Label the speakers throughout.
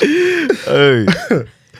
Speaker 1: hey.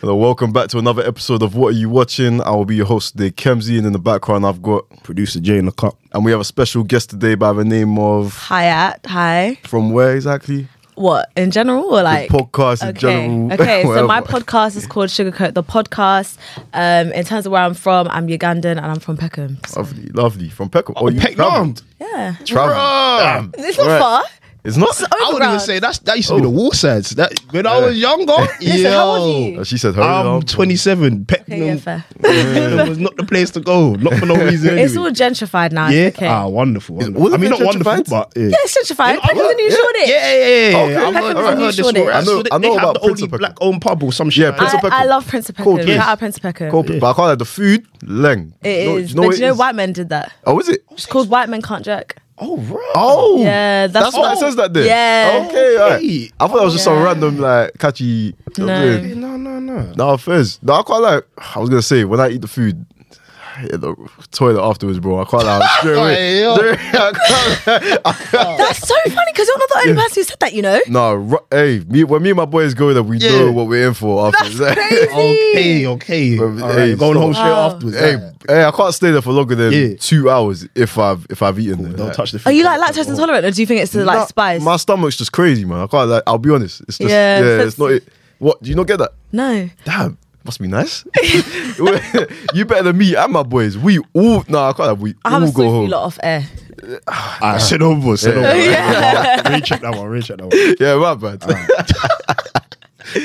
Speaker 1: Hello, welcome back to another episode of What Are You Watching? I will be your host today, Kemsy, and in the background I've got
Speaker 2: Producer Jay in the cup.
Speaker 1: and we have a special guest today by the name of
Speaker 3: Hi at hi.
Speaker 1: from where exactly?
Speaker 3: What in general or like
Speaker 1: podcast in general,
Speaker 3: Okay, so my
Speaker 1: whatever.
Speaker 3: podcast is called Sugarcoat the Podcast. Um, in terms of where I'm from, I'm Ugandan and I'm from Peckham. So,
Speaker 1: Lovely, lovely. From Peckham. Oh, you
Speaker 2: Peck
Speaker 1: traveled.
Speaker 3: yeah,
Speaker 1: Traveled.
Speaker 2: Bruh.
Speaker 1: Damn.
Speaker 3: it's not
Speaker 1: Right.
Speaker 3: far.
Speaker 1: It's not.
Speaker 3: It's
Speaker 2: I wouldn't even
Speaker 3: overground.
Speaker 2: say that's that used to be
Speaker 1: Oh.
Speaker 2: the war sides. That when I was younger,
Speaker 3: Listen, how old are
Speaker 2: yo,
Speaker 3: you?
Speaker 1: Uh, She said, "Hurry
Speaker 2: I'm
Speaker 1: up."
Speaker 2: 27. Peckham
Speaker 3: Okay, yeah, fair.
Speaker 2: was not the place to go, not for no reason. Anyway.
Speaker 3: It's all gentrified now.
Speaker 2: yeah,
Speaker 3: Okay.
Speaker 2: ah, wonderful. wonderful.
Speaker 1: all of
Speaker 2: I mean,
Speaker 1: it
Speaker 2: not wonderful,
Speaker 1: gentrified?
Speaker 2: but yeah.
Speaker 3: Yeah, it's gentrified. Peckham's
Speaker 2: what?
Speaker 3: the new
Speaker 2: yeah.
Speaker 3: Shoreditch.
Speaker 2: Yeah, yeah, yeah.
Speaker 1: Okay.
Speaker 2: I've
Speaker 1: Peckham's
Speaker 2: heard-
Speaker 1: the
Speaker 2: I've
Speaker 3: new
Speaker 2: heard this
Speaker 3: Shoreditch.
Speaker 2: story.
Speaker 3: I
Speaker 1: know-
Speaker 2: So
Speaker 1: I
Speaker 2: they
Speaker 1: know
Speaker 2: have
Speaker 1: about
Speaker 2: the only
Speaker 1: Prince of Peckham.
Speaker 2: black-owned pub or some
Speaker 1: Yeah,
Speaker 2: shit.
Speaker 1: Prince
Speaker 2: like
Speaker 1: of
Speaker 3: I,
Speaker 1: Peckham.
Speaker 3: I love Prince of Peckham.
Speaker 1: Cold place.
Speaker 3: Shout out Prince of Peckham.
Speaker 1: Cold, But I can't like the food. Leng.
Speaker 3: It
Speaker 1: You know-
Speaker 3: is.
Speaker 1: You know
Speaker 3: but
Speaker 1: what
Speaker 3: do you know
Speaker 1: it is?
Speaker 3: white men did that?
Speaker 1: Oh, is it?
Speaker 3: It's called White Men Can't Jerk.
Speaker 2: Oh, right.
Speaker 1: Oh,
Speaker 3: Yeah, that's
Speaker 1: why it
Speaker 3: what-
Speaker 1: says that. Then.
Speaker 3: Yeah.
Speaker 1: Okay. alright.
Speaker 2: Okay.
Speaker 1: I thought that was just some
Speaker 3: Yeah.
Speaker 1: random like catchy.
Speaker 3: No.
Speaker 1: Yeah.
Speaker 2: No, no, no.
Speaker 1: Nah, first. Nah, I quite like. I was gonna say when I eat the food. I hit the toilet afterwards, bro. I can't lie. Straight away.
Speaker 2: Hey, yo.
Speaker 1: Straight- I can't lie.
Speaker 3: That's so funny because you're not the only person who said that. You know.
Speaker 1: Nah, ru- hey, me, when me and my boys go there, we
Speaker 2: Yeah.
Speaker 1: know what we're in for afterwards.
Speaker 3: That's crazy.
Speaker 2: Okay, okay.
Speaker 1: Well,
Speaker 2: All
Speaker 1: hey,
Speaker 2: right, going
Speaker 1: stop.
Speaker 2: home straight
Speaker 3: Wow.
Speaker 2: afterwards.
Speaker 1: hey, hey, I can't stay there for longer than
Speaker 2: Yeah.
Speaker 1: two hours if I've if I've eaten. there.
Speaker 2: Don't
Speaker 1: Like,
Speaker 2: touch the.
Speaker 3: Are you
Speaker 2: food.
Speaker 3: like lactose intolerant, or do you think it's the, like
Speaker 1: nah,
Speaker 3: spice?
Speaker 1: My stomach's just crazy, man. I can't. Like, I'll be honest. It's just yeah.
Speaker 3: Yeah,
Speaker 1: it's not. It. What do you not get that?
Speaker 3: no.
Speaker 1: Damn, must be nice. you better than me and my boys. We all nah, I can't. Have, we
Speaker 3: I have
Speaker 1: all go
Speaker 3: a story for you
Speaker 1: home.
Speaker 3: lot off air.
Speaker 2: Ah, sit over, sit over.
Speaker 3: Yeah.
Speaker 2: Recheck that one. Recheck that one.
Speaker 1: Yeah, my bad.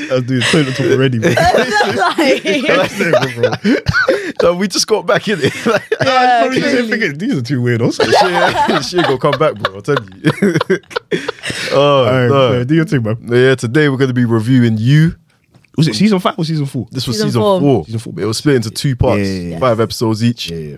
Speaker 2: Let's do the toilet talk already, bro.
Speaker 3: like,
Speaker 2: Let's do it, bro.
Speaker 1: so we just got back in it. Like,
Speaker 2: Nah, it's probably the same thing as- These are two weirdos.
Speaker 1: shit, shit gonna come back, bro. I'll tell you. oh,
Speaker 2: All right,
Speaker 1: no.
Speaker 2: bro, do your thing, man.
Speaker 1: Yeah, today we're gonna be reviewing you.
Speaker 2: Was it season five or season four?
Speaker 1: This was
Speaker 3: Season
Speaker 1: season four.
Speaker 3: four.
Speaker 2: Season four.
Speaker 1: It was split into two parts,
Speaker 2: Yeah, yeah, yeah.
Speaker 1: five episodes each.
Speaker 2: yeah.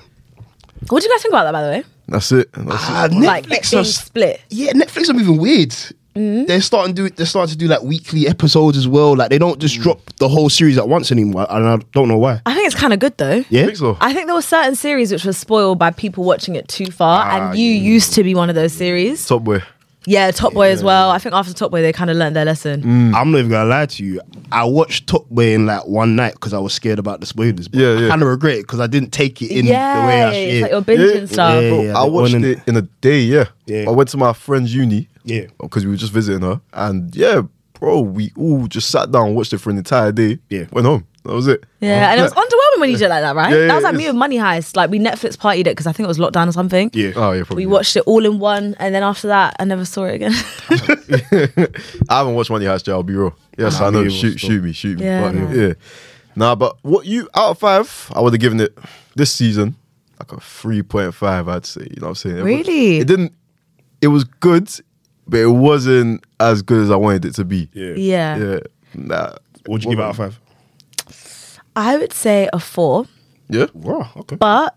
Speaker 3: what do you guys think about that, by the way?
Speaker 1: That's it. And That's
Speaker 2: Ah,
Speaker 1: it.
Speaker 2: Netflix
Speaker 3: Like Mm-hmm. it being
Speaker 2: are s-
Speaker 3: split.
Speaker 2: yeah, Netflix are moving weird. They're starting to do they're starting to do like weekly episodes as well. Like they don't just drop the whole series at once anymore, and I don't know why.
Speaker 3: I think it's kind of good though.
Speaker 2: Yeah,
Speaker 1: think so.
Speaker 3: I think there were certain series which were spoiled by people watching it too far,
Speaker 2: Ah,
Speaker 3: and you used to be one of those series.
Speaker 1: Top boy.
Speaker 3: yeah, Top Boy as well. I think after Top Boy, they kind of learned their lesson.
Speaker 2: I'm not even gonna lie to you. I watched Top Boy in like one night because I was scared about the spoilers. But
Speaker 1: Yeah, yeah.
Speaker 2: I kind of regret it because I didn't take it in
Speaker 3: yeah,
Speaker 2: the way I should.
Speaker 3: it's
Speaker 2: yeah.
Speaker 3: like oh. your binging
Speaker 1: Yeah.
Speaker 3: stuff.
Speaker 2: Yeah.
Speaker 1: Bro, I
Speaker 2: they
Speaker 1: watched
Speaker 2: on and-
Speaker 1: it in a day, yeah.
Speaker 2: Yeah.
Speaker 1: I went to my friend's uni.
Speaker 2: Yeah.
Speaker 1: Because we were just visiting her. And yeah, bro, we all just sat down, watched it for an entire day.
Speaker 2: Yeah.
Speaker 1: Went home. That was it.
Speaker 3: Yeah, and it was underwhelming when you did it like that, right?
Speaker 1: Yeah, yeah,
Speaker 3: that was like me
Speaker 1: it's-
Speaker 3: with Money Heist. Like we Netflix partied it because I think it was lockdown or something.
Speaker 2: Yeah.
Speaker 1: Oh yeah, probably.
Speaker 3: We watched it all in one, and then after that, I never saw it again.
Speaker 1: I haven't watched Money Heist yet, I'll be real. Yes,
Speaker 2: Nah,
Speaker 1: I know.
Speaker 2: me
Speaker 1: Shoot,
Speaker 2: was though.
Speaker 1: shoot me, shoot me.
Speaker 3: Yeah,
Speaker 1: But,
Speaker 3: nah.
Speaker 1: yeah. Nah, but what you out of five, I would have given it this season, like a three point five, I'd say. You know what I'm saying? It was-
Speaker 3: Really?
Speaker 1: It didn't it was good, but it wasn't as good as I wanted it to be.
Speaker 2: Yeah.
Speaker 3: yeah.
Speaker 1: Yeah. Nah.
Speaker 2: What'd you give out of five?
Speaker 3: I would say a four,
Speaker 1: Yeah?
Speaker 2: Wow, okay.
Speaker 3: but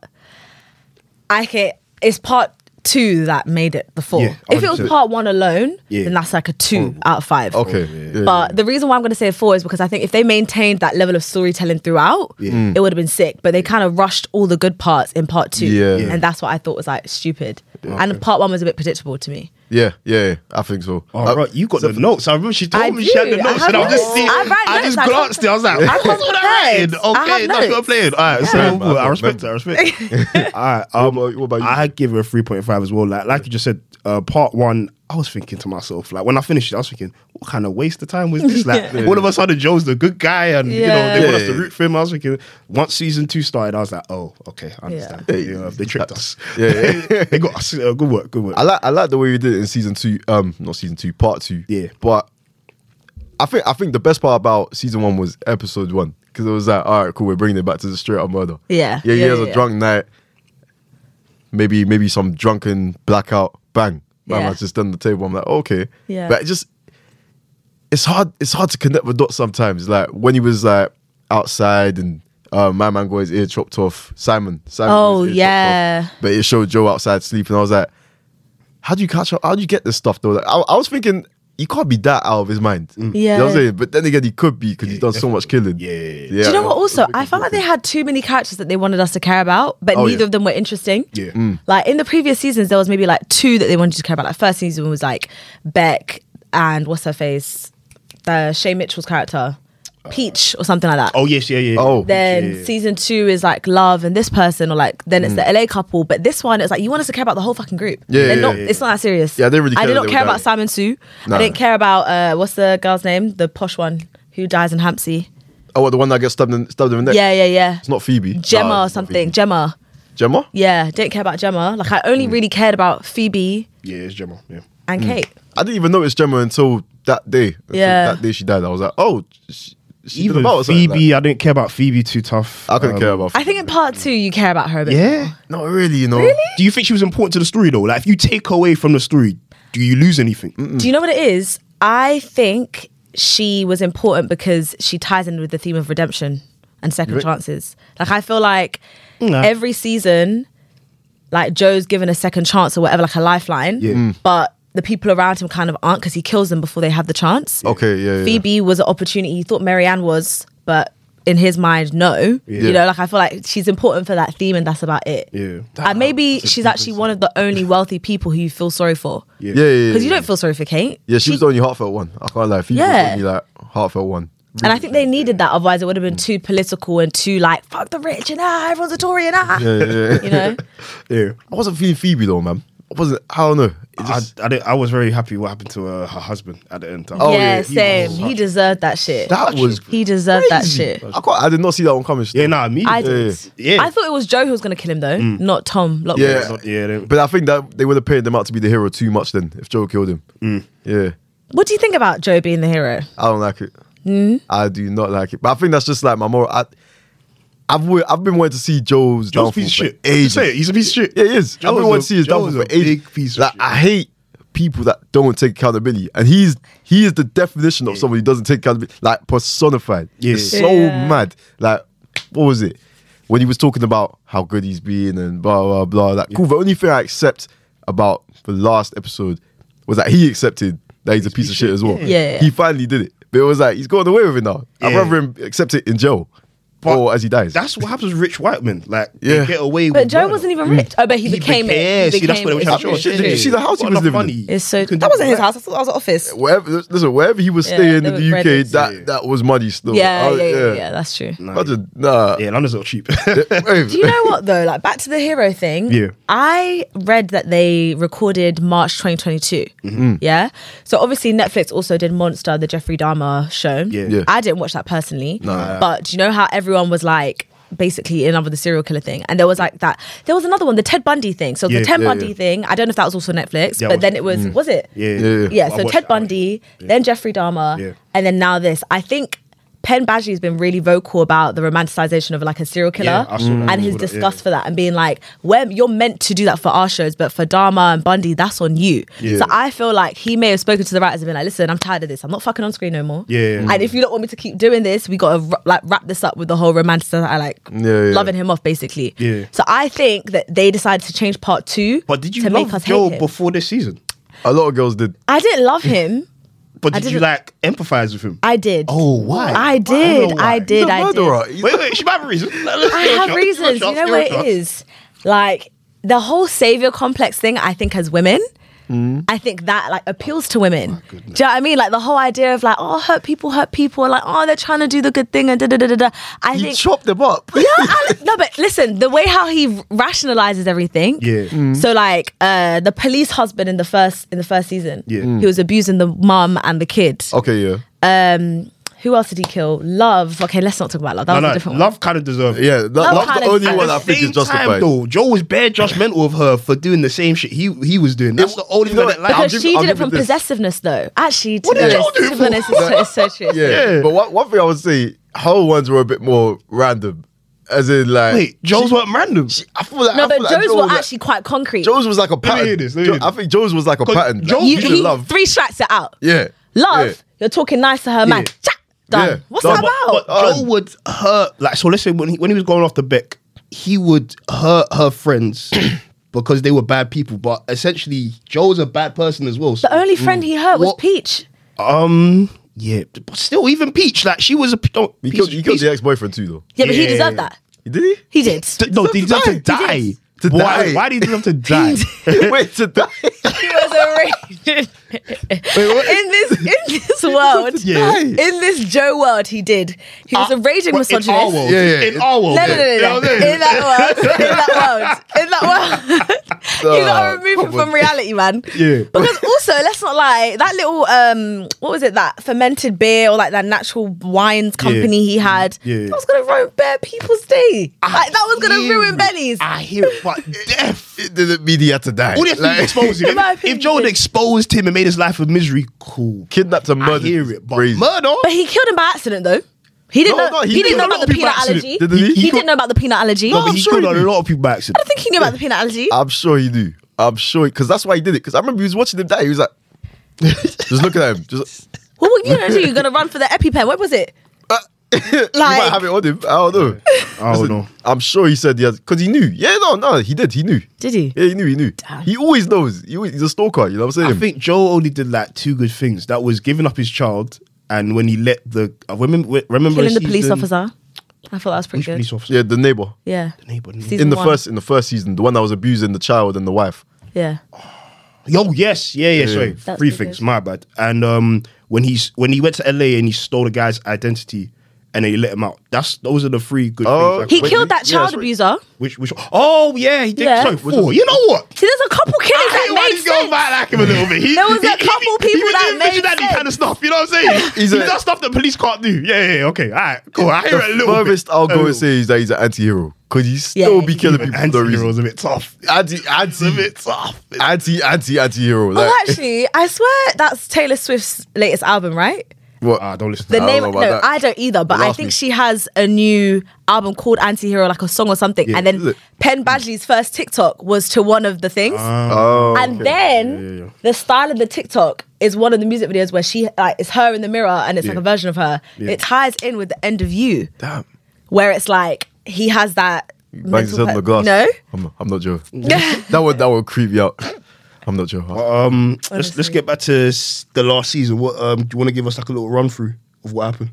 Speaker 3: I can, it's part two that made it the four.
Speaker 2: Yeah,
Speaker 3: if it was
Speaker 2: 100%.
Speaker 3: part one alone,
Speaker 2: Yeah.
Speaker 3: then that's like a two out of five.
Speaker 1: Okay.
Speaker 2: Oh,
Speaker 1: yeah.
Speaker 3: But the reason why I'm going to say a four is because I think if they maintained that level of storytelling throughout,
Speaker 1: Mm.
Speaker 3: it would have been sick. But they kind of rushed all the good parts in part two.
Speaker 1: Yeah. Yeah.
Speaker 3: And that's what I thought was like stupid. And part one was a bit predictable to me.
Speaker 1: Yeah, yeah, yeah, I think Uh, so.
Speaker 2: Oh, right, you got the notes. I remember she told
Speaker 3: I
Speaker 2: me she had the
Speaker 3: do. I
Speaker 2: notes,
Speaker 3: have
Speaker 2: and I'm just
Speaker 3: notes.
Speaker 2: seeing.
Speaker 3: I write
Speaker 2: I just
Speaker 3: notes. I
Speaker 2: glanced
Speaker 3: come
Speaker 2: at. it. I was like,
Speaker 3: I come
Speaker 2: "That's what I read."
Speaker 3: prepared. I have
Speaker 2: Okay, that's what I'm
Speaker 3: notes.
Speaker 2: playing. All right, so
Speaker 1: Remember,
Speaker 2: cool. I
Speaker 1: I
Speaker 2: respect it. I respect it. All right, um,
Speaker 1: Uh, What about- what about you?
Speaker 2: I give it a three point five as well. Like, like you just said, uh, part one. I was thinking to myself, like when I finished it, I was thinking, what kind of waste of time was this? Like,
Speaker 1: Yeah.
Speaker 2: all of a sudden, Joe's the good guy, and you know
Speaker 3: Yeah.
Speaker 2: they want us to
Speaker 1: Yeah.
Speaker 2: root for him. I was thinking, once season two started, I was like, oh, okay, I understand.
Speaker 1: Yeah.
Speaker 2: You know, they tricked us.
Speaker 1: Yeah,
Speaker 2: they got us. Uh, good work. Good work.
Speaker 1: I like I like the way you did it in season two. Um, not season two, part two.
Speaker 2: Yeah.
Speaker 1: but I think I think the best part about season one was episode one because it was like, all right, cool, we're bringing it back to the straight up murder.
Speaker 3: Yeah,
Speaker 1: yeah, he
Speaker 3: yeah,
Speaker 1: has
Speaker 3: yeah,
Speaker 1: a
Speaker 3: yeah.
Speaker 1: drunk night. Maybe maybe some drunken blackout. Bang, man,
Speaker 3: Yeah.
Speaker 1: I just done the table. I'm like, okay,
Speaker 3: Yeah.
Speaker 1: but it just it's hard it's hard to connect the dots sometimes. Like when he was like outside and. Uh, my man got his ear chopped off. Simon. Simon got
Speaker 3: Oh,
Speaker 1: his ear chopped
Speaker 3: yeah.
Speaker 1: off. But it showed Joe outside sleeping. I was like, how do you catch up? How do you get this stuff though? Like, I, I was thinking you can't be that out of his mind. you
Speaker 3: Yeah.
Speaker 1: know what I'm saying. But then again, he could be because he's done so much killing.
Speaker 2: Yeah, yeah, yeah.
Speaker 3: Do you know what? Also, I found like they had too many characters that they wanted us to care about, but
Speaker 1: Oh,
Speaker 3: neither
Speaker 1: yeah.
Speaker 3: of them were interesting.
Speaker 2: Yeah. Mm.
Speaker 3: Like in the previous seasons, there was maybe like two that they wanted you to care about. Like first season was like Beck and what's her face, uh, Shay Mitchell's character, Peach or something like that.
Speaker 2: Oh yes, yeah, yeah.
Speaker 1: Oh.
Speaker 3: then
Speaker 2: yeah, yeah.
Speaker 3: season two is like love and this person, or like then it's the LA couple. But this one, it's like you want us to care about the whole fucking group.
Speaker 1: Mm. Yeah,
Speaker 3: They're
Speaker 1: yeah,
Speaker 3: not,
Speaker 1: yeah.
Speaker 3: it's not that serious.
Speaker 1: Yeah, I didn't really
Speaker 3: I
Speaker 1: care
Speaker 3: did
Speaker 1: that
Speaker 3: not
Speaker 1: they
Speaker 3: care
Speaker 1: were
Speaker 3: about
Speaker 1: dying.
Speaker 3: Simon Sue.
Speaker 1: No.
Speaker 3: I didn't care about uh, what's the girl's name, the posh one who dies in Hampsey.
Speaker 1: Oh, what, the one that gets stabbed in, stabbed in the neck?
Speaker 3: Yeah, yeah, yeah.
Speaker 1: It's not Phoebe.
Speaker 3: Gemma
Speaker 1: Nah,
Speaker 3: or
Speaker 1: it's not
Speaker 3: something.
Speaker 1: Phoebe.
Speaker 3: Gemma.
Speaker 1: Gemma?
Speaker 3: Yeah, didn't care about Gemma. Like I only really cared about Phoebe
Speaker 2: Yeah, it's Gemma. Yeah.
Speaker 3: and Kate.
Speaker 1: I didn't even notice Gemma until that day. Until
Speaker 3: Yeah.
Speaker 1: That day she died. I was like, oh, she, she did
Speaker 2: Even
Speaker 1: about or something,
Speaker 2: Phoebe, I didn't care about Phoebe too tough.
Speaker 1: like- I couldn't
Speaker 2: Um,
Speaker 1: care about
Speaker 3: I think in part two you care about her a bit.
Speaker 2: Yeah.
Speaker 1: Not
Speaker 3: more.
Speaker 1: really, you know.
Speaker 2: Do you think she was important to the story though? Like, if you take her away from the story, do you lose anything?
Speaker 1: Mm.
Speaker 3: Do you know what it is? I think she was important because she ties in with the theme of redemption and second chances. Like I feel like
Speaker 2: Nah.
Speaker 3: every season, like Joe's given a second chance or whatever, like a lifeline. But the people around him kind of aren't because he kills them before they have the chance.
Speaker 1: Okay, yeah, yeah.
Speaker 3: Phoebe was an opportunity. He thought Marianne was, but in his mind, no. You know, like I feel like she's important for that theme, and that's about it.
Speaker 2: Yeah.
Speaker 3: And maybe she's actually one of the only wealthy people who you feel sorry for.
Speaker 1: Yeah, yeah, yeah.
Speaker 3: Because you
Speaker 1: yeah.
Speaker 3: don't feel sorry for Kate.
Speaker 1: Yeah, she, was the only heartfelt one. I can't lie. Phoebe was the
Speaker 3: Yeah.
Speaker 1: only like heartfelt one.
Speaker 3: and I think they needed that, otherwise it would have been
Speaker 1: Mm.
Speaker 3: too political and too like fuck the rich and ah everyone's a Tory and ah,
Speaker 1: Yeah, yeah, yeah.
Speaker 3: you know.
Speaker 2: Yeah.
Speaker 1: I wasn't feeling Phoebe though, man. I wasn't. I don't know. It
Speaker 2: I,
Speaker 1: just,
Speaker 2: I, didn't- I was very happy what happened to uh, her husband at the end.
Speaker 1: Oh,
Speaker 3: yeah,
Speaker 1: yeah, he
Speaker 3: same.
Speaker 1: was
Speaker 3: He,
Speaker 1: such-
Speaker 3: deserved that shit.
Speaker 1: that was
Speaker 3: he deserved that
Speaker 1: crazy.
Speaker 3: shit.
Speaker 1: I, can't, I did not see that one coming.
Speaker 2: Yeah, nah, me.
Speaker 3: I
Speaker 2: yeah.
Speaker 3: did.
Speaker 2: Yeah.
Speaker 3: I thought it was Joe who was gonna kill him though, not Tom Lockwood.
Speaker 1: Mm. Yeah.
Speaker 2: Not- yeah, they-
Speaker 1: But I think that they would have painted them out to be the hero too much then if Joe killed him. Yeah.
Speaker 3: What do you think about Joe being the hero?
Speaker 1: I don't like it.
Speaker 3: Mm.
Speaker 1: I do not like it. But I think that's just like my moral. I, I've wa- I've been wanting to see Joe's,
Speaker 2: Joe's a
Speaker 1: downfall
Speaker 2: piece of
Speaker 1: for
Speaker 2: shit.
Speaker 1: ages.
Speaker 2: Say it, he's a piece of shit.
Speaker 1: Yeah, he is.
Speaker 2: Joe
Speaker 1: I've
Speaker 2: was
Speaker 1: been wanting
Speaker 2: a-
Speaker 1: to see his
Speaker 2: Joe
Speaker 1: downfall
Speaker 2: was
Speaker 1: for
Speaker 2: a
Speaker 1: ages.
Speaker 2: big piece of
Speaker 1: like
Speaker 2: shit.
Speaker 1: I hate people that don't take accountability, and he's he is the definition of somebody who doesn't take accountability, like personified.
Speaker 2: Yeah.
Speaker 1: It's so
Speaker 3: Yeah.
Speaker 1: mad. Like what was it when he was talking about how good he's been and blah blah blah? Like cool. The only thing I accept about the last episode was that he accepted that he's a piece of shit as well.
Speaker 3: Yeah, yeah.
Speaker 1: he finally did it. But it was like he's gotten away with it now. I'd
Speaker 2: Yeah.
Speaker 1: rather him accept it in jail
Speaker 2: But
Speaker 1: or as he dies.
Speaker 2: That's what happens with rich white men. Like,
Speaker 1: Yeah.
Speaker 2: they get away with
Speaker 3: But Joe
Speaker 2: murder.
Speaker 3: wasn't even rich. Oh, but he, became,
Speaker 2: beca- Yeah,
Speaker 3: it. He
Speaker 2: see, that's
Speaker 3: became
Speaker 2: what they were
Speaker 3: it.
Speaker 2: trying
Speaker 3: It's
Speaker 2: to show us.
Speaker 3: true,
Speaker 1: Did you see
Speaker 3: it's true.
Speaker 1: the house he was
Speaker 2: Got enough
Speaker 1: living in?
Speaker 2: money.
Speaker 3: It's so
Speaker 2: You can
Speaker 3: that
Speaker 2: do
Speaker 3: wasn't his
Speaker 2: whatever.
Speaker 3: house. That was office.
Speaker 1: wherever listen, wherever he was
Speaker 3: Yeah,
Speaker 1: staying
Speaker 3: they
Speaker 1: in
Speaker 3: were
Speaker 1: the UK,
Speaker 3: brothers.
Speaker 1: that
Speaker 2: Yeah.
Speaker 1: that was money still.
Speaker 3: Yeah,
Speaker 1: I-
Speaker 3: yeah, Oh, yeah, yeah, That's true.
Speaker 1: I just- nah.
Speaker 2: Yeah, London's not cheap.
Speaker 1: Wait,
Speaker 3: Do you know what though? Like back to the hero thing.
Speaker 2: Yeah.
Speaker 3: I read that they recorded March 2022. Yeah. So obviously Netflix also did Monster, the Jeffrey Dahmer show.
Speaker 2: Yeah. Yeah.
Speaker 3: I didn't watch that personally. But do you know how everyone was like basically in love with the serial killer thing? And there was like that. There was another one, the Ted Bundy thing. So
Speaker 2: Yeah,
Speaker 3: the Ted
Speaker 1: yeah,
Speaker 3: Bundy
Speaker 1: yeah.
Speaker 3: thing. I don't know if that was also Netflix, but
Speaker 2: Yeah, I watched
Speaker 3: then
Speaker 2: it.
Speaker 3: it was. Was it?
Speaker 2: yeah.
Speaker 1: Yeah.
Speaker 3: Yeah, so
Speaker 2: I watched
Speaker 3: Ted
Speaker 2: that one.
Speaker 3: Bundy, then Jeffrey Dahmer,
Speaker 2: Yeah.
Speaker 3: and then now this. I think Penn Badgley has been really vocal about the romanticization of like a serial killer
Speaker 2: Yeah, I saw that.
Speaker 3: and
Speaker 2: I
Speaker 3: his
Speaker 2: saw that,
Speaker 3: disgust
Speaker 2: yeah.
Speaker 3: for that and being like, "Where you're meant to do that for our shows, but for Dahmer and Bundy, that's on you." So I feel like he may have spoken to the writers and been like, "Listen, I'm tired of this. I'm not fucking on screen no more.
Speaker 2: Yeah.
Speaker 3: and if you don't want me to keep doing this, we got to like wrap this up with the whole romanticization, I like
Speaker 1: Yeah, yeah.
Speaker 3: loving him off basically.
Speaker 2: Yeah.
Speaker 3: So I think that they decided to change part two.
Speaker 2: But did you
Speaker 3: to
Speaker 2: love
Speaker 3: make us
Speaker 2: Joe
Speaker 3: hate him.
Speaker 2: before this season?
Speaker 1: A lot of girls did.
Speaker 3: I didn't love him.
Speaker 2: But
Speaker 3: I
Speaker 2: did you
Speaker 3: didn't-
Speaker 2: like empathize with him?
Speaker 3: I did.
Speaker 2: Oh, why?
Speaker 3: I
Speaker 2: I
Speaker 3: did.
Speaker 2: don't know
Speaker 3: I
Speaker 2: why.
Speaker 3: did.
Speaker 1: He's a
Speaker 3: I did.
Speaker 1: murderer. He's-
Speaker 2: Wait, wait, she might have a reason.
Speaker 3: I have reasons. You know what it is? Like the whole savior complex thing. I think as women.
Speaker 2: Mm.
Speaker 3: I think that like appeals to women. do you know what I mean? Like the whole idea of like, oh, hurt people, hurt people, and like, oh, they're trying to do the good thing and da da da da da. I
Speaker 1: He
Speaker 3: think
Speaker 1: chopped them up.
Speaker 3: yeah, I- no, but listen, the way how he rationalizes everything.
Speaker 2: Yeah. Mm.
Speaker 3: So like uh the police husband in the first in the first season,
Speaker 2: Yeah. Oh, Mm.
Speaker 3: he was abusing the mum and the kid.
Speaker 1: Okay, yeah.
Speaker 3: Um, who else did he kill? Love. Okay, let's not talk about love. That
Speaker 2: No,
Speaker 3: was a
Speaker 2: no,
Speaker 3: different one.
Speaker 2: love kind of deserved. it.
Speaker 1: Yeah, that, that's the
Speaker 3: Hannah's
Speaker 1: only
Speaker 3: fine.
Speaker 1: one
Speaker 3: At
Speaker 1: I
Speaker 3: the
Speaker 1: think is
Speaker 2: Same time
Speaker 1: justified.
Speaker 2: though, Joe was bare judgmental of her for doing the same shit he he was doing. That's
Speaker 1: It-
Speaker 2: the only
Speaker 1: you know
Speaker 2: thing
Speaker 1: what?
Speaker 2: that like.
Speaker 1: I'll
Speaker 3: Because
Speaker 1: give-
Speaker 3: she
Speaker 1: I'll
Speaker 3: did
Speaker 1: give
Speaker 3: it
Speaker 1: it
Speaker 3: from
Speaker 1: this.
Speaker 3: possessiveness, though. Actually, to
Speaker 2: What
Speaker 3: be
Speaker 2: did
Speaker 3: honest,
Speaker 2: y'all do
Speaker 3: to be
Speaker 2: for?
Speaker 3: honest, it's so, it's so true.
Speaker 1: Yeah.
Speaker 2: Yeah.
Speaker 1: But one, one thing I would say, her ones were a bit more random. As in, like,
Speaker 2: Wait, Joe's weren't random.
Speaker 1: I feel like I
Speaker 3: No, but
Speaker 1: feel like
Speaker 3: Joe's
Speaker 1: Joe
Speaker 3: were
Speaker 1: was like-
Speaker 3: actually quite concrete.
Speaker 1: Joe's was like a
Speaker 2: me
Speaker 1: pattern.
Speaker 2: hear this, let me hear
Speaker 1: Jo- I
Speaker 2: this.
Speaker 1: think Joe's was like a
Speaker 2: 'Cause
Speaker 1: pattern.
Speaker 2: Joe-
Speaker 1: Joe,
Speaker 3: you,
Speaker 1: you,
Speaker 3: he-
Speaker 1: love.
Speaker 3: Three strikes it out.
Speaker 1: Yeah.
Speaker 3: Love.
Speaker 1: Yeah.
Speaker 3: You're talking nice to her, man.
Speaker 2: Yeah.
Speaker 3: Cha, done.
Speaker 1: Yeah.
Speaker 3: What's
Speaker 1: Done. uh,
Speaker 3: that
Speaker 2: But,
Speaker 3: about?
Speaker 2: but Joe would hurt. Like, so let's say when he, when he was going off the Beck, he would hurt her friends because they were bad people. But essentially, Joe's a bad person as well. So, Mm.
Speaker 3: the only friend he hurt was
Speaker 2: What-
Speaker 3: Peach.
Speaker 2: um, yeah, but still, even Peach, like she was a. Oh,
Speaker 1: He
Speaker 2: piece
Speaker 1: killed,
Speaker 2: of-
Speaker 1: he killed
Speaker 2: piece-
Speaker 1: the ex boyfriend too, though.
Speaker 3: Yeah, but he
Speaker 2: Yeah.
Speaker 3: deserved that.
Speaker 1: Did he?
Speaker 3: He did.
Speaker 2: Th- no, they deserve to
Speaker 1: die.
Speaker 2: die.
Speaker 1: He did. To
Speaker 2: why?
Speaker 1: die.
Speaker 2: Why did he deserve to die?
Speaker 1: Wait, to die.
Speaker 3: he was a in this in this world,
Speaker 1: Yeah.
Speaker 3: in this Joe world, he did. He
Speaker 1: Uh,
Speaker 3: was a raging
Speaker 2: Well,
Speaker 3: misogynist.
Speaker 2: In our world.
Speaker 1: Yeah, yeah.
Speaker 2: In our world.
Speaker 3: No, no, no,
Speaker 2: You know
Speaker 3: no,
Speaker 2: what
Speaker 3: no.
Speaker 2: I'm saying?
Speaker 3: In that world, in that world, in that world, you gotta remove it
Speaker 1: come on.
Speaker 3: from reality, man.
Speaker 2: Yeah.
Speaker 3: Because also, let's not lie. That little um, what was it? That fermented beer or like that natural wines company he had.
Speaker 2: Yeah.
Speaker 3: That was gonna ruin bare people's day.
Speaker 1: Ah,
Speaker 3: Like that was gonna
Speaker 2: hear
Speaker 3: ruin
Speaker 2: it.
Speaker 3: bellies.
Speaker 2: I hear it, but death.
Speaker 1: It didn't mean he had to die.
Speaker 2: All they have to do is expose him.
Speaker 3: In my
Speaker 2: If, if Joe had
Speaker 3: opinion.
Speaker 2: exposed him and made his life a misery, cool.
Speaker 1: Kidnapped and
Speaker 2: I
Speaker 1: murdered.
Speaker 2: hear it, but
Speaker 1: Crazy.
Speaker 2: murder.
Speaker 3: But he killed him by accident, though. He didn't
Speaker 1: No, no,
Speaker 3: know. he,
Speaker 1: he killed
Speaker 3: didn't know
Speaker 1: a
Speaker 3: about
Speaker 1: lot
Speaker 3: the
Speaker 1: of people
Speaker 3: peanut
Speaker 1: by accident,
Speaker 3: allergy.
Speaker 1: didn't he?
Speaker 3: He,
Speaker 1: He
Speaker 3: didn't know about the peanut allergy.
Speaker 2: No, but
Speaker 1: I'm
Speaker 2: he
Speaker 1: sure
Speaker 2: killed
Speaker 1: he Ah.
Speaker 2: a
Speaker 1: did.
Speaker 2: lot of people by
Speaker 3: I
Speaker 2: accident.
Speaker 3: don't think he knew about the peanut allergy.
Speaker 1: I'm sure he knew. I'm sure because that's why he did it. Because I remember he was watching him die. He was like, just look at him. Just
Speaker 3: Well, what you gonna do? You're gonna run for the EpiPen. What was it?
Speaker 1: he might have it on him. I don't know.
Speaker 2: I don't know.
Speaker 1: I'm sure he said he has because he knew. Yeah, no, no, he did. He knew.
Speaker 3: Did he?
Speaker 1: Yeah, he knew. He knew. He always knows. He always, he's a stalker. You know what I'm
Speaker 2: I
Speaker 1: saying?
Speaker 2: think Joe only did like two good things. That was giving up his child, and when he let the I remember remember
Speaker 3: Killing the police
Speaker 2: season-
Speaker 3: officer. I thought that was pretty
Speaker 2: Which
Speaker 3: good.
Speaker 2: police officer?
Speaker 1: yeah, the neighbor
Speaker 3: Yeah.
Speaker 2: Neighbor, neighbor.
Speaker 3: Season
Speaker 1: in the
Speaker 3: one.
Speaker 1: first in the first season, the one that was abusing the child and the wife.
Speaker 3: Yeah.
Speaker 1: Oh,
Speaker 2: Yo, Oh, yes, yeah, yeah. Sorry,
Speaker 3: That's
Speaker 2: three
Speaker 3: pretty
Speaker 2: things.
Speaker 3: good.
Speaker 2: My bad. And um, when he's when he went to LA and he stole the guy's identity, and they let him out. That's those are the three good
Speaker 1: Oh.
Speaker 2: things. I
Speaker 3: He
Speaker 2: can-
Speaker 1: Wait,
Speaker 3: killed that
Speaker 1: yeah,
Speaker 3: child
Speaker 1: sorry.
Speaker 3: abuser.
Speaker 2: Which which? Oh yeah, he did.
Speaker 3: Yeah.
Speaker 2: Sorry,
Speaker 1: Which
Speaker 2: four.
Speaker 1: is-
Speaker 2: You know what?
Speaker 3: See, there's a couple
Speaker 1: Ah,
Speaker 3: killings
Speaker 2: I
Speaker 3: that
Speaker 2: hate why
Speaker 3: made
Speaker 2: this girl
Speaker 3: sense.
Speaker 2: might like him a little bit. He,
Speaker 3: There was a
Speaker 2: he-
Speaker 3: couple
Speaker 2: he,
Speaker 3: people
Speaker 2: he,
Speaker 3: that
Speaker 2: he
Speaker 3: made sense.
Speaker 2: kind of stuff. You know what I'm saying?
Speaker 1: He's
Speaker 2: He's,
Speaker 1: a-
Speaker 2: that stuff the police can't do. Yeah, yeah, yeah, okay. All right, cool. I hear it a
Speaker 1: The
Speaker 2: little
Speaker 1: furthest
Speaker 2: bit.
Speaker 1: I'll go
Speaker 2: A
Speaker 1: and
Speaker 2: little
Speaker 1: say is that he's an anti-hero because he still
Speaker 3: Yeah.
Speaker 1: be killing
Speaker 2: bit.
Speaker 1: people for no
Speaker 2: Anti-hero
Speaker 1: reason.
Speaker 2: is a bit tough.
Speaker 1: Anti,
Speaker 2: It's a
Speaker 1: anti,
Speaker 2: bit tough.
Speaker 1: anti, anti, anti-hero. Like,
Speaker 3: Oh, actually, I swear that's Taylor Swift's latest album, right?
Speaker 1: what?
Speaker 2: Ah, don't listen.
Speaker 3: The
Speaker 2: To
Speaker 1: don't
Speaker 2: that.
Speaker 3: name,
Speaker 1: know
Speaker 3: no,
Speaker 1: about that.
Speaker 3: I don't either. But
Speaker 1: Don't
Speaker 3: I
Speaker 1: ask
Speaker 3: think
Speaker 1: me.
Speaker 3: she has a new album called Antihero, like a song or something.
Speaker 2: Yeah,
Speaker 3: and
Speaker 1: is
Speaker 3: then
Speaker 1: it?
Speaker 3: Penn Badgley's first TikTok was to one of the things.
Speaker 1: oh,
Speaker 3: and
Speaker 1: okay.
Speaker 3: then
Speaker 2: yeah, yeah.
Speaker 3: the style of the TikTok is one of the music videos where she like it's her in the mirror and it's like
Speaker 2: Yeah.
Speaker 3: a version of her.
Speaker 2: Yeah.
Speaker 3: It ties in with the end of you,
Speaker 1: damn,
Speaker 3: where it's like he has that.
Speaker 1: bangs his
Speaker 3: mental
Speaker 1: head on the
Speaker 3: pa-
Speaker 1: glass. I'm, I'm not Joe. that would that would creep you out. I'm not Joe.
Speaker 2: Um, let's let's
Speaker 3: Honestly.
Speaker 2: get back to s- the last season. What um, do you want to give us like a little run through of what happened?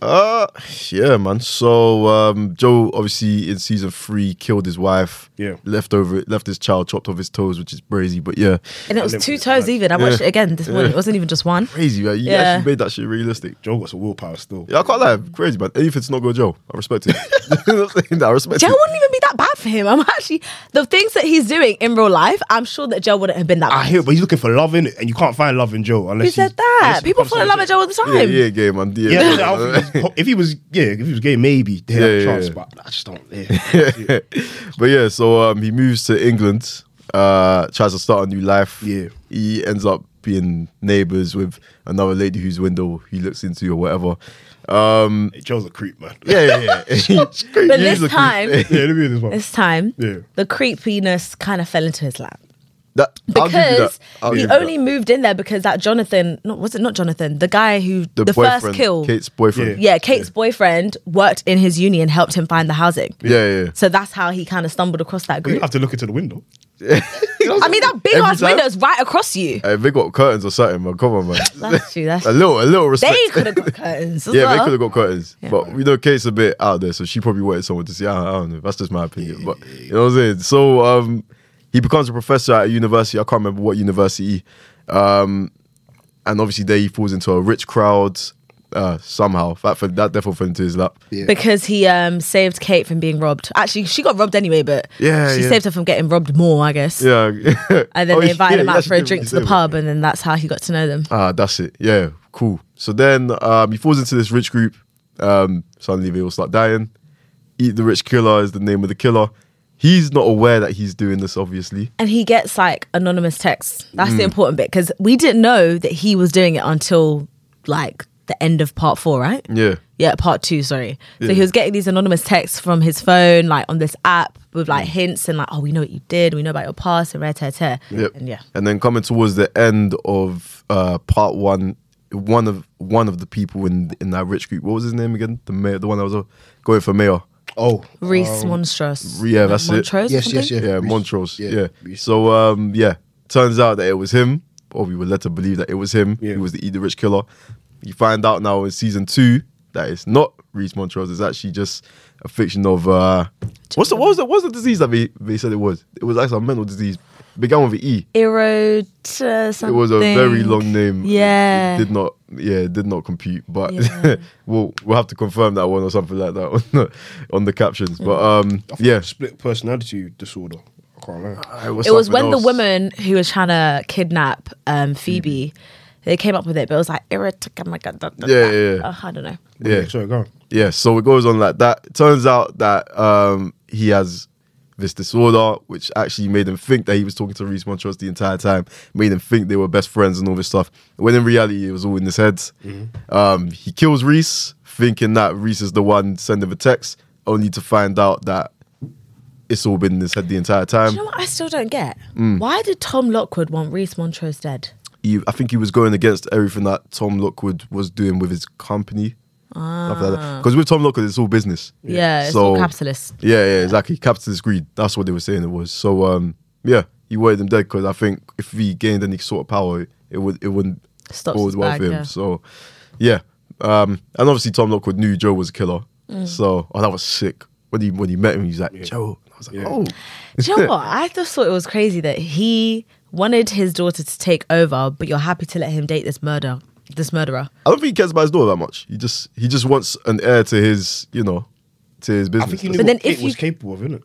Speaker 1: Uh, yeah, man. So um, Joe obviously in season three killed his wife.
Speaker 2: Yeah.
Speaker 1: left over, left his child chopped off his toes, which is crazy. But yeah,
Speaker 3: And it was
Speaker 2: live
Speaker 3: two
Speaker 2: with it,
Speaker 3: toes
Speaker 2: like-
Speaker 3: even. I watched it again this morning. It wasn't even just one.
Speaker 1: crazy. Man. You
Speaker 3: Yeah.
Speaker 1: actually made that shit realistic.
Speaker 2: Joe got some willpower still.
Speaker 1: Yeah, I can't lie, crazy man. Anything's not good, Joe. I respect it. You know what I'm saying? I respect
Speaker 3: Joe
Speaker 1: it.
Speaker 3: wouldn't even be that bad for him. I'm actually the things that he's doing in real life. I'm sure that Joe wouldn't have been that.
Speaker 2: I
Speaker 3: bad.
Speaker 2: hear, it, but he's looking for love in it, and you can't find love in Joe unless
Speaker 3: Who said
Speaker 2: he's- unless
Speaker 3: that?
Speaker 2: he
Speaker 3: People
Speaker 2: becomes
Speaker 3: fall in love with
Speaker 2: something-
Speaker 3: Joe all the time.
Speaker 1: Yeah, yeah, gay man. Yeah,
Speaker 2: Yeah, I don't think he's- if he was, yeah, if he was gay, maybe they had
Speaker 1: Yeah, yeah,
Speaker 2: a chance,
Speaker 1: yeah.
Speaker 2: but I just don't. Yeah.
Speaker 1: but yeah, so um, he moves to England, uh, tries to start a new life.
Speaker 2: Yeah.
Speaker 1: He ends up being neighbors with another lady whose window he looks into or whatever. Um,
Speaker 2: Hey, Joe's a creep, man.
Speaker 1: yeah, yeah, yeah.
Speaker 3: But
Speaker 1: He's a
Speaker 3: this
Speaker 1: creep.
Speaker 3: time,
Speaker 2: yeah, let me hear this one.
Speaker 3: this time,
Speaker 2: Yeah.
Speaker 3: the creepiness kind of fell into his lap.
Speaker 1: That- I'll give you that.
Speaker 3: because
Speaker 1: I'll
Speaker 3: he
Speaker 1: give you that.
Speaker 3: only moved in there because that Jonathan, no, was it not Jonathan, the guy who the, first
Speaker 1: boyfriend,
Speaker 3: kill,
Speaker 1: Kate's boyfriend.
Speaker 3: yeah, Kate's boyfriend worked in his uni and helped him find the housing.
Speaker 1: Yeah, yeah. yeah.
Speaker 3: So that's how he kind of stumbled across that
Speaker 2: But you
Speaker 3: group.
Speaker 2: have to look into the window.
Speaker 3: I mean, that big
Speaker 1: Every
Speaker 3: ass
Speaker 1: time-
Speaker 3: window is right across you.
Speaker 1: Hey, they got curtains or something, man. Come on, man.
Speaker 3: That's true. That's
Speaker 1: a little, a little respect.
Speaker 3: they could have got curtains. As
Speaker 1: yeah,
Speaker 3: well.
Speaker 1: they could have got curtains, but we know Kate's a bit out there, so she probably wanted someone to see. I, I don't know. That's just my opinion, but you know what I'm saying. So um, he becomes a professor at a university. I can't remember what university. Um, and obviously, there he falls into a rich crowd. Uh, somehow that fell, that definitely fell into his lap.
Speaker 2: Yeah.
Speaker 3: Because he um, saved Kate from being robbed. Actually, she got robbed anyway, but
Speaker 1: Yeah,
Speaker 3: she
Speaker 1: yeah.
Speaker 3: saved her from getting robbed more, I guess.
Speaker 1: Yeah,
Speaker 3: And then
Speaker 1: Oh,
Speaker 3: they invited
Speaker 1: yeah,
Speaker 3: him
Speaker 1: he
Speaker 3: out
Speaker 1: actually
Speaker 3: for a
Speaker 1: did
Speaker 3: drink to
Speaker 1: say
Speaker 3: the
Speaker 1: that.
Speaker 3: pub, and then that's how he got to know them.
Speaker 1: Ah, that's it. Yeah, cool. So then um, he falls into this rich group. Um, suddenly they all start dying. Eat the Rich Killer is the name of the killer. He's not aware that he's doing this, obviously.
Speaker 3: And he gets like anonymous texts. That's
Speaker 1: Hmm.
Speaker 3: the important bit because we didn't know that he was doing it until like the end of part four, right?
Speaker 1: Yeah.
Speaker 3: Yeah, part two, sorry. So he was getting these anonymous texts from his phone, like on this app with like
Speaker 1: Mm.
Speaker 3: hints and like, oh, we know what you did, we know about your past, and rare, tear, tear.
Speaker 1: Yep.
Speaker 3: And yeah.
Speaker 1: And then coming towards the end of uh, part one, one of one of the people in in that rich group. What was his name again? The mayor, the one that was uh, going for mayor.
Speaker 2: Oh,
Speaker 3: Reese Monstrous.
Speaker 1: Um, yeah, that's it.
Speaker 3: Montrose or
Speaker 2: Yes, yes,
Speaker 3: something?
Speaker 2: yeah.
Speaker 1: Yeah,
Speaker 2: Reese.
Speaker 1: Montrose.
Speaker 2: Yeah,
Speaker 1: Yeah.
Speaker 2: Reese.
Speaker 1: So um, yeah, turns out that it was him, or we were led to believe that it was him.
Speaker 2: Yeah.
Speaker 1: He was the Eat the Rich killer. You find out now in season two that it's not Reese Montrose. It's actually just a fiction of uh, what's the what was the what's the disease that they, they said it was? It was actually a mental disease. began with an E.
Speaker 3: Erode uh,
Speaker 1: It was a very long name.
Speaker 3: Yeah.
Speaker 1: It did not. Yeah, it did not compute. But
Speaker 3: Yeah.
Speaker 1: we'll we'll have to confirm that one or something like that on the on the captions. But um, yeah,
Speaker 2: Split personality disorder. I can't remember.
Speaker 3: It was when the woman who was trying to kidnap
Speaker 1: Mm.
Speaker 3: um, Phoebe, they came up with it, but it was like oh irritant.
Speaker 1: Yeah, yeah, yeah.
Speaker 3: Uh, I don't know.
Speaker 1: Yeah,
Speaker 2: Sorry, go on.
Speaker 1: yeah. So it goes on like that. It turns out that um, he has this disorder, which actually made him think that he was talking to Reese Montrose the entire time, made him think they were best friends and all this stuff. When in reality, it was all in his head. Um, he kills Reese, thinking that Reese is the one sending the text, only to find out that it's all been in his head the entire
Speaker 3: Do
Speaker 1: time.
Speaker 3: you know what I still don't get?
Speaker 1: mm.
Speaker 3: Why did Tom Lockwood want Reese Montrose dead?
Speaker 1: he, I think he was going against everything that Tom Lockwood was doing with his company. Because with Tom Lockwood, it's all business.
Speaker 3: Ah. Yeah, it's all capitalist.
Speaker 1: Yeah, yeah, exactly. Capitalist greed. That's what they were saying it was. So, um, yeah, he wanted him dead because I think if he gained any sort of power, it would it wouldn't
Speaker 3: Stops
Speaker 1: bode
Speaker 3: his
Speaker 1: well
Speaker 3: bag,
Speaker 1: for him.
Speaker 3: yeah.
Speaker 1: So, yeah, um, and obviously Tom Lockwood knew Joe was a killer. So, oh, that was sick. When he when he met him, he's like Joe. I was like,
Speaker 2: Yeah.
Speaker 1: oh,
Speaker 3: Do you know what? I just thought it was crazy that he wanted his daughter to take over, but you're happy to let him date this murder, this murderer.
Speaker 1: I don't think he cares about his daughter that much. He just he just wants an heir to his you know to his
Speaker 2: I
Speaker 1: business.
Speaker 2: think he
Speaker 1: That's
Speaker 2: knew
Speaker 3: But
Speaker 2: what
Speaker 3: then
Speaker 2: Kate
Speaker 3: if you-
Speaker 2: was capable of, innit?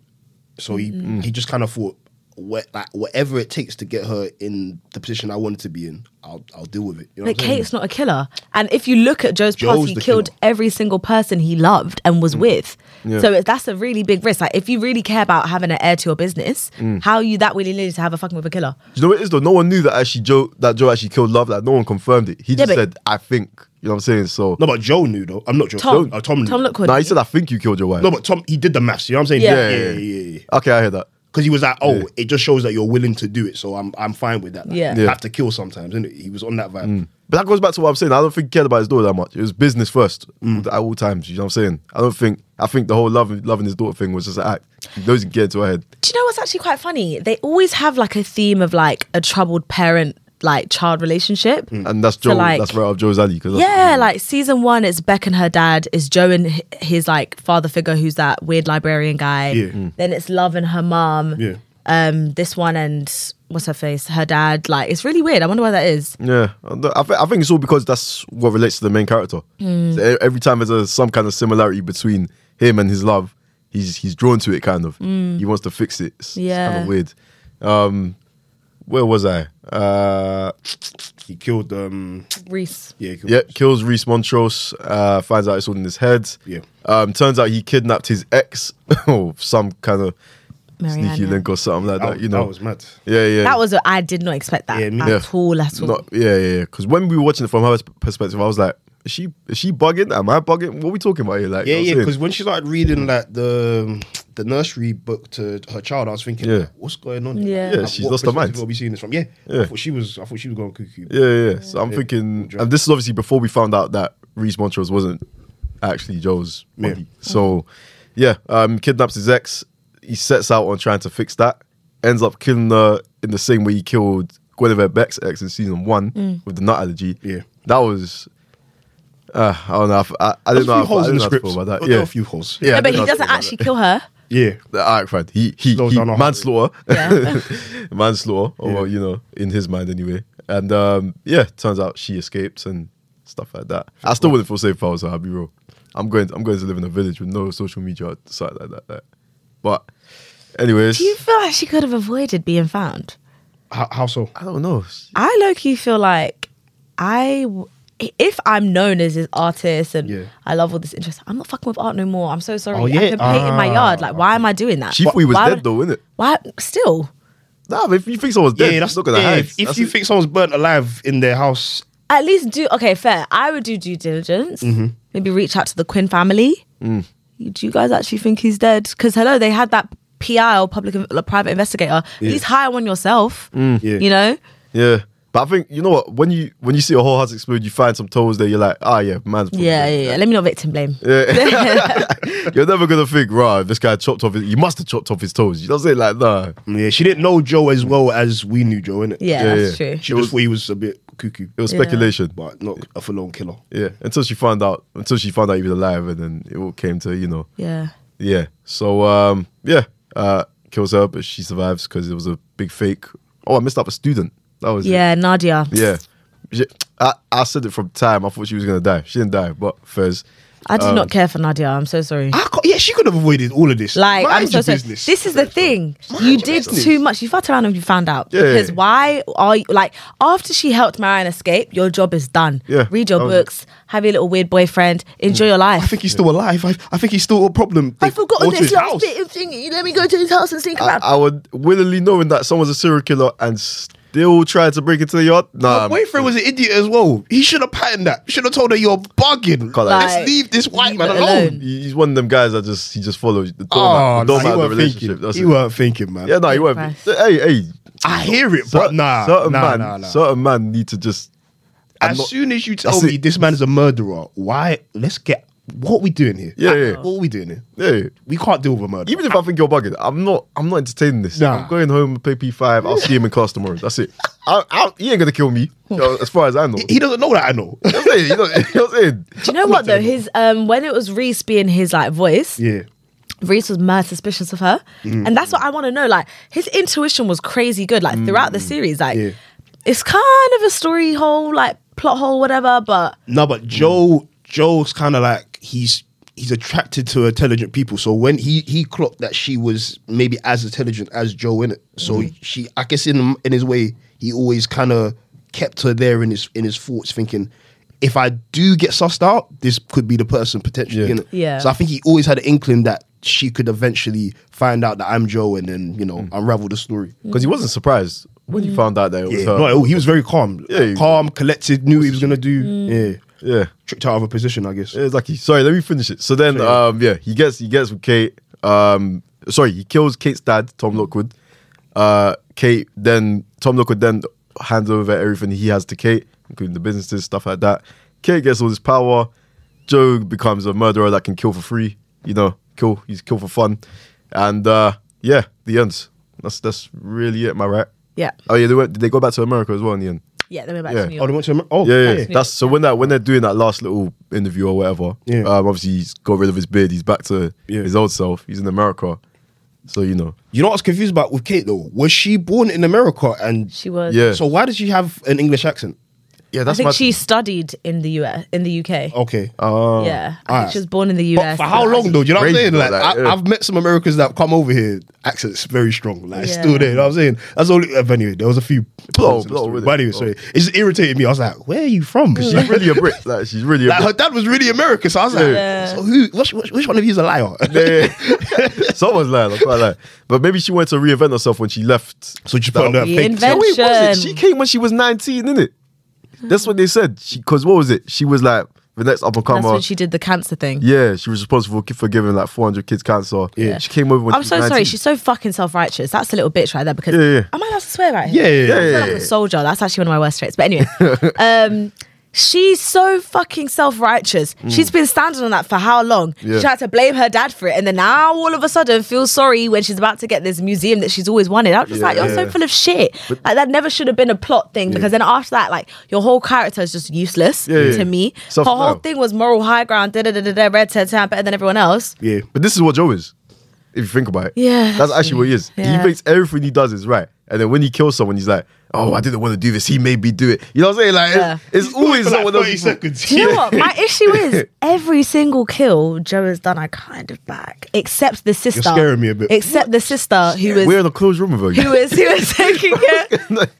Speaker 2: So he he just kind of thought, what, like whatever it takes to get her in the position I wanted to be in, I'll I'll deal with it. You know
Speaker 3: But
Speaker 2: what I'm saying?
Speaker 3: Kate's not a killer. And if you look at Joe's, past,
Speaker 2: Joe's
Speaker 3: he
Speaker 2: the
Speaker 3: killed
Speaker 2: killer.
Speaker 3: every single person he loved and was with.
Speaker 1: Yeah.
Speaker 3: So it, that's a really big risk. Like, if you really care about having an heir to your business, how are you that willy nilly to have a fucking with a killer?
Speaker 1: You know what it is though? No one knew that actually Joe that Joe actually killed Love. Like no one confirmed it. He just
Speaker 3: but-
Speaker 1: said, I think. You know what I'm saying? So
Speaker 2: No, but Joe knew though. I'm not Joe.
Speaker 3: Tom,
Speaker 2: uh, Tom knew.
Speaker 3: Tom Lockwood.
Speaker 1: no, he said I think you killed your wife.
Speaker 2: No, but Tom, he did the maths. You know what I'm saying?
Speaker 3: Yeah.
Speaker 2: yeah,
Speaker 3: Yeah,
Speaker 2: yeah,
Speaker 1: yeah,
Speaker 2: yeah. yeah.
Speaker 1: okay, I hear that.
Speaker 2: Because he was like, oh, it just shows that you're willing to do it, so I'm I'm fine with that. Like,
Speaker 3: Yeah.
Speaker 2: you
Speaker 1: Yeah.
Speaker 2: have to kill sometimes, innit? He was on that vibe.
Speaker 1: But that goes back to what I'm saying. I don't think he cared about his daughter that much. It was business first
Speaker 2: Mm.
Speaker 1: at all times. You know what I'm saying? I don't think I think the whole love loving his daughter thing was just an act. He knows he can get into her head.
Speaker 3: Do you know what's actually quite funny? They always have like a theme of like a troubled parent, like child relationship.
Speaker 2: Mm.
Speaker 1: And that's Joe
Speaker 3: like-
Speaker 1: that's right up Joe's alley. Cause that's-
Speaker 3: Yeah, like season one is Beck and her dad, is Joe and h- his like father figure who's that weird librarian guy.
Speaker 2: Yeah. Mm.
Speaker 3: Then it's Love and her mom.
Speaker 2: Yeah.
Speaker 3: Um, this one and what's her face? Her dad. Like it's really weird. I wonder why that is.
Speaker 1: Yeah, I don't- I, th- I think it's all because that's what relates to the main character.
Speaker 3: Mm.
Speaker 1: So e- every time there's a, some kind of similarity between him and his love, he's he's drawn to it. Kind of, he wants to fix it. It's, kind
Speaker 3: Mm. Yeah.
Speaker 1: of weird. Um, where was I? Uh,
Speaker 2: He killed. Um,
Speaker 3: Reese.
Speaker 2: yeah, he killed,
Speaker 1: yeah, kills Reese Montrose. Uh, finds out it's all in his head.
Speaker 2: Yeah.
Speaker 1: Um, turns out he kidnapped his ex or some kind of
Speaker 3: Mariana.
Speaker 1: sneaky link or something like
Speaker 2: That,
Speaker 1: that.
Speaker 2: was-
Speaker 1: you know.
Speaker 2: that was mad.
Speaker 1: yeah, yeah.
Speaker 3: That was I did not expect that
Speaker 2: Yeah, me
Speaker 3: at
Speaker 1: neither.
Speaker 3: all at all.
Speaker 1: Not, yeah, yeah, yeah. Because when we were watching it from her s- perspective, I was like, is she is she bugging? Am I bugging? What are we talking about here? Like,
Speaker 2: Yeah,
Speaker 1: you
Speaker 2: yeah.
Speaker 1: know what I'm
Speaker 2: Because when she started reading like the the nursery book to her child, I was thinking,
Speaker 1: Yeah.
Speaker 2: what's going on?
Speaker 3: Yeah.
Speaker 1: Yeah, she's lost her mind.
Speaker 2: We'll be seeing this from. Yeah,
Speaker 1: Yeah.
Speaker 2: I thought she was. I thought she was going
Speaker 1: saying?
Speaker 2: cuckoo.
Speaker 1: yeah, yeah. So I'm thinking, and this is obviously before we found out that Reese Montrose wasn't actually Joe's
Speaker 2: Yeah.
Speaker 1: body. So, yeah, um, kidnaps his ex. He sets out on trying to fix that. Ends up killing her in the same way he killed Guinevere Beck's ex in season one with the nut allergy.
Speaker 2: Mm. Yeah.
Speaker 1: that was. Uh, I don't know. I f- I, I didn't
Speaker 2: There's a
Speaker 1: know.
Speaker 2: few
Speaker 1: how- I
Speaker 2: holes
Speaker 1: didn't
Speaker 2: in the
Speaker 1: know how to
Speaker 2: script. Oh,
Speaker 1: feel about that.
Speaker 2: There were
Speaker 1: Yeah,
Speaker 2: a few holes.
Speaker 1: Yeah,
Speaker 3: no,
Speaker 1: I
Speaker 3: but
Speaker 1: didn't
Speaker 3: he
Speaker 1: know how to feel
Speaker 3: doesn't
Speaker 1: about that.
Speaker 3: actually kill her.
Speaker 2: yeah.
Speaker 1: All right, fine. He he,
Speaker 2: Slows
Speaker 1: he
Speaker 2: down our
Speaker 1: manslaughter,
Speaker 3: Yeah.
Speaker 1: manslaughter, or well, you know, in his mind anyway. And um, yeah, turns out she escapes and stuff like that. I still wouldn't feel safe if I was her. I'll be real. I'm going. I'm going to live in a village with no social media or site like that. like. But anyways,
Speaker 3: Do you feel like she could have avoided being found?
Speaker 2: How, how so?
Speaker 1: I don't know.
Speaker 3: I low key feel like I, w- if I'm known as this artist and
Speaker 2: Yeah.
Speaker 3: I love all this interest, I'm not fucking with art no more. I'm so sorry.
Speaker 2: Oh, yeah?
Speaker 3: I can paint in my
Speaker 2: Ah,
Speaker 3: yard. Like, why am I doing that?
Speaker 1: She thought he was
Speaker 3: why
Speaker 1: dead
Speaker 3: would-
Speaker 1: though, innit?
Speaker 3: Why still?
Speaker 1: Nah, but if you think someone's dead,
Speaker 2: yeah, that's
Speaker 1: not gonna
Speaker 2: yeah,
Speaker 1: hide.
Speaker 2: If, if
Speaker 1: That's
Speaker 2: you
Speaker 1: it.
Speaker 2: think someone's burnt alive in their house,
Speaker 3: At least do okay. Fair. I would do due diligence. Maybe reach out to the Quinn family. You- Do you guys actually think he's dead? Because hello, they had that PI or public like, private investigator. At least hire one yourself.
Speaker 2: Yeah.
Speaker 3: You know.
Speaker 1: yeah. But I think you know what when you when you see a whole house explode, you find some toes there. You're like, ah, yeah, man's probably
Speaker 3: Yeah,
Speaker 1: dead.
Speaker 3: yeah, yeah. Let me not victim blame.
Speaker 1: You're never gonna think, right? This guy chopped off. His, he must have chopped off his toes. You know what I'm saying? Like, nah.
Speaker 2: yeah, she didn't know Joe as well as we knew Joe, innit?
Speaker 3: Yeah,
Speaker 1: Yeah,
Speaker 3: that's
Speaker 1: yeah.
Speaker 3: true.
Speaker 2: She just thought he was a bit cuckoo,
Speaker 1: It was
Speaker 3: Yeah.
Speaker 1: speculation.
Speaker 2: but not a full-on killer.
Speaker 1: Yeah, until she found out. Until she found out he was alive, and then it all came to you know.
Speaker 3: Yeah.
Speaker 1: Yeah. So um, yeah. Uh, kills her, but she survives because it was a big fake. Oh, I missed up a student. That was it.
Speaker 3: Yeah, Nadia.
Speaker 1: Yeah. She- I, I said it from time. I thought she was gonna die. She didn't die, but Fez.
Speaker 3: I do
Speaker 2: Um,
Speaker 3: not care for Nadia. I'm so sorry.
Speaker 2: I can't- yeah, she could have avoided all of this.
Speaker 3: Like
Speaker 2: Mind
Speaker 3: I'm so
Speaker 2: your
Speaker 3: sorry.
Speaker 2: business.
Speaker 3: This is the thing.
Speaker 2: your
Speaker 3: You did
Speaker 2: business.
Speaker 3: too much. You fucked around and you found out.
Speaker 1: Yeah.
Speaker 3: Because why are you like after she helped Marianne escape? Your job is done.
Speaker 1: Yeah,
Speaker 3: Read your
Speaker 1: that was it.
Speaker 3: books. Have your little weird boyfriend. Enjoy your life.
Speaker 2: um, I think he's still alive. I, I think he's still a problem.
Speaker 3: I forgot
Speaker 2: Go to
Speaker 3: this
Speaker 2: his
Speaker 3: last
Speaker 2: house.
Speaker 3: bit of thing. Let me go to his house and sneak
Speaker 1: I,
Speaker 3: around.
Speaker 1: I would willingly knowing that someone's a serial killer and still try to break into the yard. Nah,
Speaker 2: Her boyfriend was an idiot as well. He should have patterned that. Should have told her you're bugging.
Speaker 1: Can't like-
Speaker 3: Like,
Speaker 2: Let's leave this white
Speaker 3: leave
Speaker 2: man
Speaker 3: it
Speaker 2: alone.
Speaker 3: alone.
Speaker 1: He- He's one of them guys that just he just follows the
Speaker 2: Oh,
Speaker 1: doormat, the
Speaker 2: nah,
Speaker 1: doormat
Speaker 2: he
Speaker 1: of the
Speaker 2: weren't
Speaker 1: relationship.
Speaker 2: thinking.
Speaker 1: That's
Speaker 2: He
Speaker 1: it.
Speaker 2: weren't thinking, man.
Speaker 1: Yeah, no, he won't.
Speaker 3: Christ.
Speaker 1: Hey, hey.
Speaker 2: I hear it, but nah,
Speaker 1: certain
Speaker 2: nah,
Speaker 1: man,
Speaker 2: nah, nah.
Speaker 1: certain man need to just. I'm
Speaker 2: as
Speaker 1: not-
Speaker 2: soon as you tell
Speaker 1: That's
Speaker 2: me
Speaker 1: it.
Speaker 2: this man is a murderer, why? Let's get what we doing here.
Speaker 1: Yeah, yeah.
Speaker 2: what are we doing here?
Speaker 1: yeah,
Speaker 2: We can't deal with a murder.
Speaker 1: even if I think you're bugging, I'm not. I'm not entertaining this.
Speaker 2: Nah.
Speaker 1: I'm going home and play P5. I'll see him in class tomorrow. That's it. I, I, he ain't gonna kill me, you know, as far as I know.
Speaker 2: he doesn't know that I know.
Speaker 1: You know what I'm saying? You know- you know what I'm saying?
Speaker 3: Do you know what though? His um when it was Reese being his like voice,
Speaker 2: yeah,
Speaker 3: Reese was mad suspicious of her,
Speaker 1: Mm-hmm.
Speaker 3: and that's what I want to know. Like his intuition was crazy good. Like throughout
Speaker 1: Mm.
Speaker 3: the series, like
Speaker 2: Yeah.
Speaker 3: it's kind of a story hole, like plot hole, whatever. But
Speaker 2: no, but Joe, Joe's kind of like he's he's attracted to intelligent people. So when he he clocked that she was maybe as intelligent as Joe in it, so she, I guess in in his way, he always kind of kept her there in his in his thoughts, thinking. If I do get sussed out, this could be the person potentially.
Speaker 1: Yeah.
Speaker 2: innit?
Speaker 3: Yeah.
Speaker 2: So I think he always had an inkling that she could eventually find out that I'm Joe and then you know unravel the story.
Speaker 1: Because he wasn't surprised when he found out that it was
Speaker 2: Mm. Yeah,
Speaker 1: her.
Speaker 2: no, he was very calm.
Speaker 1: Yeah, he-
Speaker 2: calm, collected, knew what he was gonna do. Yeah,
Speaker 1: yeah.
Speaker 2: tricked out of a position, I guess.
Speaker 1: It's like he, sorry, let me finish it. So then, um, yeah, he gets he gets with Kate. Um, sorry, he kills Kate's dad, Tom Lockwood. Uh, Kate then Tom Lockwood then hands over everything he has to Kate, including the businesses, stuff like that. Kate gets all this power. Joe becomes a murderer that can kill for free. You know, kill he's kill for fun, and uh, yeah, the ends. That's that's really it. Am I right?
Speaker 3: yeah,
Speaker 1: Oh yeah, they went. Did they go back to America as well in the end?
Speaker 3: yeah, then we're back
Speaker 1: Yeah.
Speaker 3: to New
Speaker 2: Oh,
Speaker 3: York.
Speaker 2: they went to Amer- oh
Speaker 1: yeah, yeah.
Speaker 2: okay.
Speaker 1: That's so when that when they're doing that last little interview or whatever.
Speaker 2: Yeah.
Speaker 1: Um, obviously he's got rid of his beard. He's back to
Speaker 2: Yeah.
Speaker 1: his old self. He's in America, so you know.
Speaker 2: You know what I was confused about with Kate though? Was she born in America and
Speaker 3: She was.
Speaker 1: Yeah.
Speaker 2: So why did she have an English accent?
Speaker 1: Yeah,
Speaker 3: I
Speaker 1: that's
Speaker 3: think
Speaker 1: my.
Speaker 3: she studied in the US, in the UK.
Speaker 2: Okay.
Speaker 1: Oh.
Speaker 3: yeah, I think
Speaker 2: alright.
Speaker 3: she was born in the
Speaker 2: But
Speaker 3: US.
Speaker 2: for how long though? Do you know what I'm
Speaker 1: Crazy
Speaker 2: saying?
Speaker 1: though,
Speaker 2: Like,
Speaker 1: like,
Speaker 2: I,
Speaker 1: yeah.
Speaker 2: I've met some Americans that come over here, accents very strong. Like it's
Speaker 3: Yeah.
Speaker 2: still there. You know what I'm saying? That's all. But anyway, there was a few.
Speaker 1: Blow,
Speaker 2: points in the
Speaker 1: blow
Speaker 2: story.
Speaker 1: with it,
Speaker 2: But anyway,
Speaker 1: blow.
Speaker 2: sorry, it just irritated me. I was like, "Where are you from?"
Speaker 1: She's really a Brit. Like she's really a
Speaker 2: Like her
Speaker 1: Brit.
Speaker 2: dad was really American, so I was like,
Speaker 3: Yeah.
Speaker 2: so who? Which, which, which one of you is a liar?
Speaker 1: Yeah, yeah. Someone's lying. I can't lie. But maybe she went to reinvent herself when she left.
Speaker 2: So she put on her fake.
Speaker 3: Reinvent-
Speaker 1: No, wait, what was it?
Speaker 3: Invention.
Speaker 1: She came when she was nineteen, didn't it? That's what they said. She because what was it? She was like the next up and
Speaker 3: That's
Speaker 1: comer.
Speaker 3: when she did the cancer thing.
Speaker 1: Yeah, she was responsible for giving like 400 kids cancer.
Speaker 2: Yeah.
Speaker 1: she came over. When
Speaker 3: I'm
Speaker 1: she
Speaker 3: so
Speaker 1: was 19.
Speaker 3: sorry. She's so fucking self righteous. That's a little bitch right there. Because
Speaker 1: Yeah, yeah.
Speaker 3: am I allowed to swear right
Speaker 2: Yeah,
Speaker 3: here?
Speaker 2: yeah,
Speaker 1: Yeah,
Speaker 3: I
Speaker 2: yeah.
Speaker 3: feel
Speaker 1: yeah,
Speaker 3: like I'm
Speaker 1: yeah.
Speaker 3: a soldier. That's actually one of my worst traits. But anyway, um, she's so fucking self righteous. She's been standing on that for how long?
Speaker 1: Mm. Yeah.
Speaker 3: She tried to blame her dad for it, and then now all of a sudden feels sorry when she's about to get this museum that she's always wanted. I'm just like, you're so
Speaker 1: Yeah.
Speaker 3: full of shit. like that never should have been a plot thing because then after that, like your whole character is just useless
Speaker 1: Yeah, yeah,
Speaker 3: to
Speaker 1: yeah.
Speaker 3: me. Her
Speaker 1: Self-denial.
Speaker 3: whole thing was moral high ground, da da da da da, red tent, better than everyone else.
Speaker 2: Yeah.
Speaker 1: But this is what Joe is, if you think about it.
Speaker 3: Yeah,
Speaker 1: That's
Speaker 3: that's
Speaker 1: actually what he is.
Speaker 3: Yeah.
Speaker 1: He thinks everything he does is right. And then when he kills someone, he's like, oh, I didn't want to do this. He made me do it. You know what I'm saying? Like, it's-
Speaker 3: Yeah.
Speaker 1: it's, always
Speaker 2: For like
Speaker 1: someone else.
Speaker 2: 30
Speaker 1: people-
Speaker 2: seconds.
Speaker 3: Do you know what? My issue is every single kill Joe has done, I kind of back, except the sister.
Speaker 2: scaring me a bit.
Speaker 3: Except the sister who was
Speaker 1: We're in a closed room with her.
Speaker 3: who was who was taking care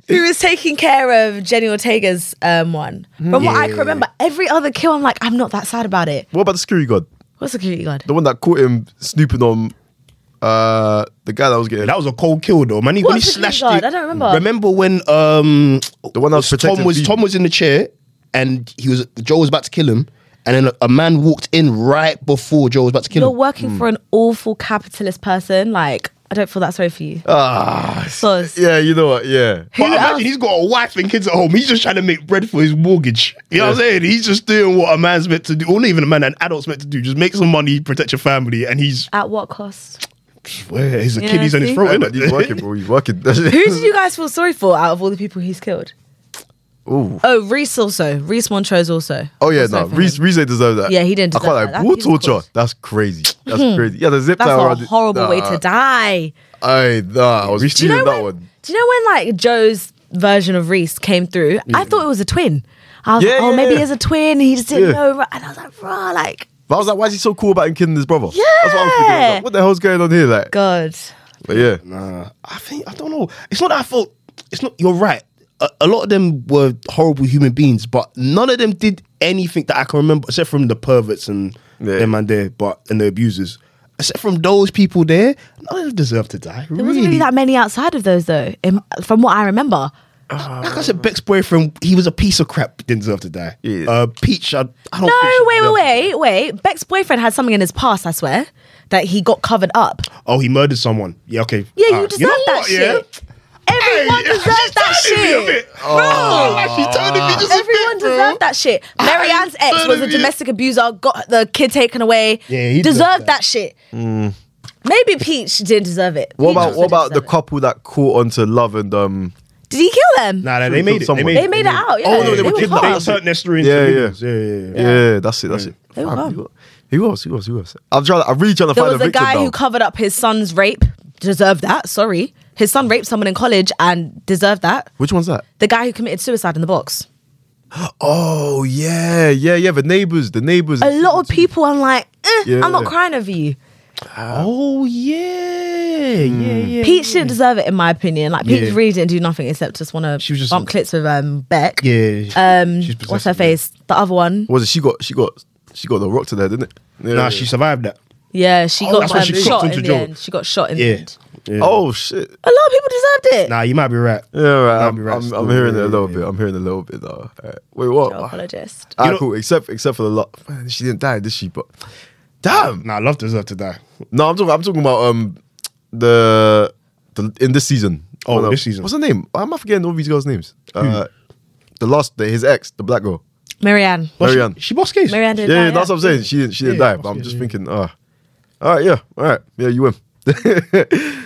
Speaker 3: who was taking care of Jenny Ortega's um one.
Speaker 2: Mm-hmm.
Speaker 3: From what I can remember, every other kill, I'm like, I'm not that sad about it.
Speaker 1: What about the security guard?
Speaker 3: What's the security guard?
Speaker 1: The one that caught him snooping on uh, the guy that was getting.
Speaker 2: That was a cold kill though, man. He, when he
Speaker 3: What's the
Speaker 2: slashed
Speaker 3: guard?
Speaker 2: it,
Speaker 3: I don't remember.
Speaker 2: Remember when um
Speaker 1: The one that was
Speaker 2: Tom
Speaker 1: protecting
Speaker 2: was
Speaker 1: Phoebe.
Speaker 2: Tom was in the chair and he was Joe was about to kill him, and then a, a man walked in right before Joe was about to kill
Speaker 3: You're
Speaker 2: him.
Speaker 3: working for an awful capitalist person. Like, I don't feel that sorry for you.
Speaker 1: ah,
Speaker 3: Sus.
Speaker 1: yeah, you know what? Yeah.
Speaker 3: Who
Speaker 2: But imagine
Speaker 3: else?
Speaker 2: he's got a wife and kids at home. He's just trying to make bread for his mortgage. You know what I'm saying? He's just doing what a man's meant to do, or not even a man, an adult's meant to do. Just make some money, protect your family, and he's
Speaker 3: At what cost?
Speaker 2: where his
Speaker 3: Yeah,
Speaker 2: Achilles on his
Speaker 3: see?
Speaker 2: throat.
Speaker 1: Hey,
Speaker 2: innit?
Speaker 1: man, he's working, bro. He's working.
Speaker 3: Who did you guys feel sorry for out of all the people he's killed?
Speaker 1: Ooh.
Speaker 3: Oh, Reese also. Reese Montrose also.
Speaker 1: Oh yeah,
Speaker 3: That's
Speaker 1: no,
Speaker 3: for him.
Speaker 1: Reese Reese deserved that.
Speaker 3: Yeah, he didn't
Speaker 1: I quite
Speaker 3: deserve
Speaker 1: like
Speaker 3: that.
Speaker 1: war
Speaker 3: He's a
Speaker 1: torture.
Speaker 3: puss.
Speaker 1: That's crazy. That's crazy. Yeah, the zip
Speaker 3: Hmm. That's
Speaker 1: tie
Speaker 3: a
Speaker 1: around it-
Speaker 3: horrible way
Speaker 1: Nah.
Speaker 3: to die.
Speaker 1: I nah, I was
Speaker 3: Do you
Speaker 1: feeling
Speaker 3: know
Speaker 1: that
Speaker 3: when,
Speaker 1: one.
Speaker 3: Do you know when like Joe's version of Reese came through? I thought it was a twin. I was
Speaker 1: Yeah,
Speaker 3: like, oh,
Speaker 1: yeah,
Speaker 3: maybe
Speaker 1: yeah.
Speaker 3: he's a twin. He just didn't
Speaker 1: Yeah.
Speaker 3: know. And I was like, bruh, like,
Speaker 1: But I was like, why is he so cool about him killing his brother? That's what I was thinking. I was
Speaker 3: Yeah.
Speaker 1: like, what the hell's going on here? Like,
Speaker 3: God.
Speaker 1: but yeah,
Speaker 2: Nah, I think I don't know. It's not that I thought. It's not. You're right. A, a lot of them were horrible human beings, but none of them did anything that I can remember, except from the perverts and
Speaker 1: Yeah.
Speaker 2: them and there, but and the abusers. Except from those people there, none of them deserve to die.
Speaker 3: There
Speaker 2: Really,
Speaker 3: wasn't really that many outside of those, though, in, from what I remember.
Speaker 2: like I said, Beck's boyfriend, he was a piece of crap. Didn't deserve to die.
Speaker 1: Yeah.
Speaker 2: Uh, Peach, I, I don't. think
Speaker 3: No,
Speaker 2: she
Speaker 3: wait,
Speaker 2: deserved-
Speaker 3: wait, wait, wait. Beck's boyfriend had something in his past, I swear, that he got covered up.
Speaker 2: Oh, he murdered someone. Yeah, okay.
Speaker 3: Yeah, you
Speaker 2: Alright.
Speaker 3: deserve
Speaker 2: Uh, know
Speaker 3: that
Speaker 2: what, yeah?
Speaker 3: shit. Everyone
Speaker 2: Hey,
Speaker 3: deserves
Speaker 2: she's
Speaker 3: that
Speaker 2: turning me a
Speaker 3: shit.
Speaker 2: bit. Oh, she's turning me just a
Speaker 3: Everyone
Speaker 2: bit, bro.
Speaker 3: deserved that shit. Mary Ann's ex
Speaker 2: deserve
Speaker 3: was a
Speaker 2: it.
Speaker 3: domestic abuser, got the kid taken away.
Speaker 2: Yeah, he
Speaker 3: deserved
Speaker 2: deserved Mm.
Speaker 3: that, shit. Maybe Peach didn't deserve it.
Speaker 1: what
Speaker 3: Peach
Speaker 1: about
Speaker 3: also
Speaker 1: what about the
Speaker 3: didn't deserve
Speaker 1: couple that caught onto love and um?
Speaker 3: it. Did he kill them?
Speaker 2: Nah, nah,
Speaker 1: Should've
Speaker 2: they made
Speaker 1: killed
Speaker 2: it.
Speaker 1: someone.
Speaker 2: They made,
Speaker 3: They made it out, yeah.
Speaker 2: Oh no,
Speaker 1: They
Speaker 2: they,
Speaker 1: were
Speaker 2: were
Speaker 1: killed.
Speaker 2: they turned their story into
Speaker 1: Yeah, yeah.
Speaker 2: videos. yeah, yeah, yeah.
Speaker 1: Yeah, that's it. That's it.
Speaker 3: They were
Speaker 1: Fam,
Speaker 3: gone.
Speaker 1: who else- Who else? Who else? Who else? I'm trying. I'm really trying to
Speaker 3: There
Speaker 1: find
Speaker 3: was
Speaker 1: a
Speaker 3: a
Speaker 1: victim
Speaker 3: guy
Speaker 1: now.
Speaker 3: who covered up his son's rape. Deserved that. Sorry, his son raped someone in college and deserved that.
Speaker 1: Which one's that?
Speaker 3: The guy who committed suicide in the box.
Speaker 1: Oh yeah, yeah, yeah. The neighbors. The neighbors.
Speaker 3: A lot of people. I'm like, eh, I'm not
Speaker 1: Yeah.
Speaker 3: crying over you.
Speaker 2: Oh yeah, yeah, yeah.
Speaker 3: Peach didn't deserve it, in my opinion. Like Peach
Speaker 2: Yeah.
Speaker 3: really didn't do nothing except just want
Speaker 2: She was
Speaker 3: to
Speaker 2: just-
Speaker 3: bump clits with um Beck.
Speaker 2: Yeah.
Speaker 3: Um,
Speaker 2: She's
Speaker 3: what's her
Speaker 2: possessive, yeah.
Speaker 3: face? The other one.
Speaker 1: Was it? She got. She got. She got the rock to there, didn't it? Yeah.
Speaker 2: Nah, she survived that.
Speaker 3: Yeah, she
Speaker 2: Oh,
Speaker 3: got
Speaker 2: that's why
Speaker 3: um,
Speaker 2: she cooked
Speaker 3: shot in
Speaker 2: into
Speaker 3: the
Speaker 2: Joe.
Speaker 3: end. She got shot in the
Speaker 2: Yeah.
Speaker 3: end.
Speaker 2: yeah.
Speaker 1: Oh shit.
Speaker 3: A lot of people deserved it.
Speaker 2: nah, you might be right.
Speaker 1: Yeah, right.
Speaker 2: Nah,
Speaker 1: I'm,
Speaker 2: be right.
Speaker 1: I'm,
Speaker 2: Still,
Speaker 1: I'm hearing
Speaker 2: yeah,
Speaker 1: it a little
Speaker 2: yeah,
Speaker 1: bit. I'm hearing a little bit though. Alright. Wait, what?
Speaker 3: Joe apologist.
Speaker 1: Alright,
Speaker 2: You know-
Speaker 1: cool. Except except for the lot. Man, she didn't die, did she? But damn.
Speaker 2: Nah, love deserved to die.
Speaker 1: No, I'm talking. I'm talking about um the, the in this season.
Speaker 2: Oh,
Speaker 1: One of-
Speaker 2: this season.
Speaker 1: What's her name? Why am I forgetting all these girls' names? Uh, the last, the, his ex, the black girl.
Speaker 3: Marianne.
Speaker 2: But
Speaker 1: Marianne.
Speaker 2: She, she boss case.
Speaker 3: Marianne
Speaker 1: Yeah,
Speaker 3: didn't die.
Speaker 1: that's what I'm saying. She didn't. She didn't
Speaker 2: Yeah,
Speaker 1: die. But I'm just
Speaker 2: yeah.
Speaker 1: thinking. Uh, all right. Yeah. All right. Yeah. You win.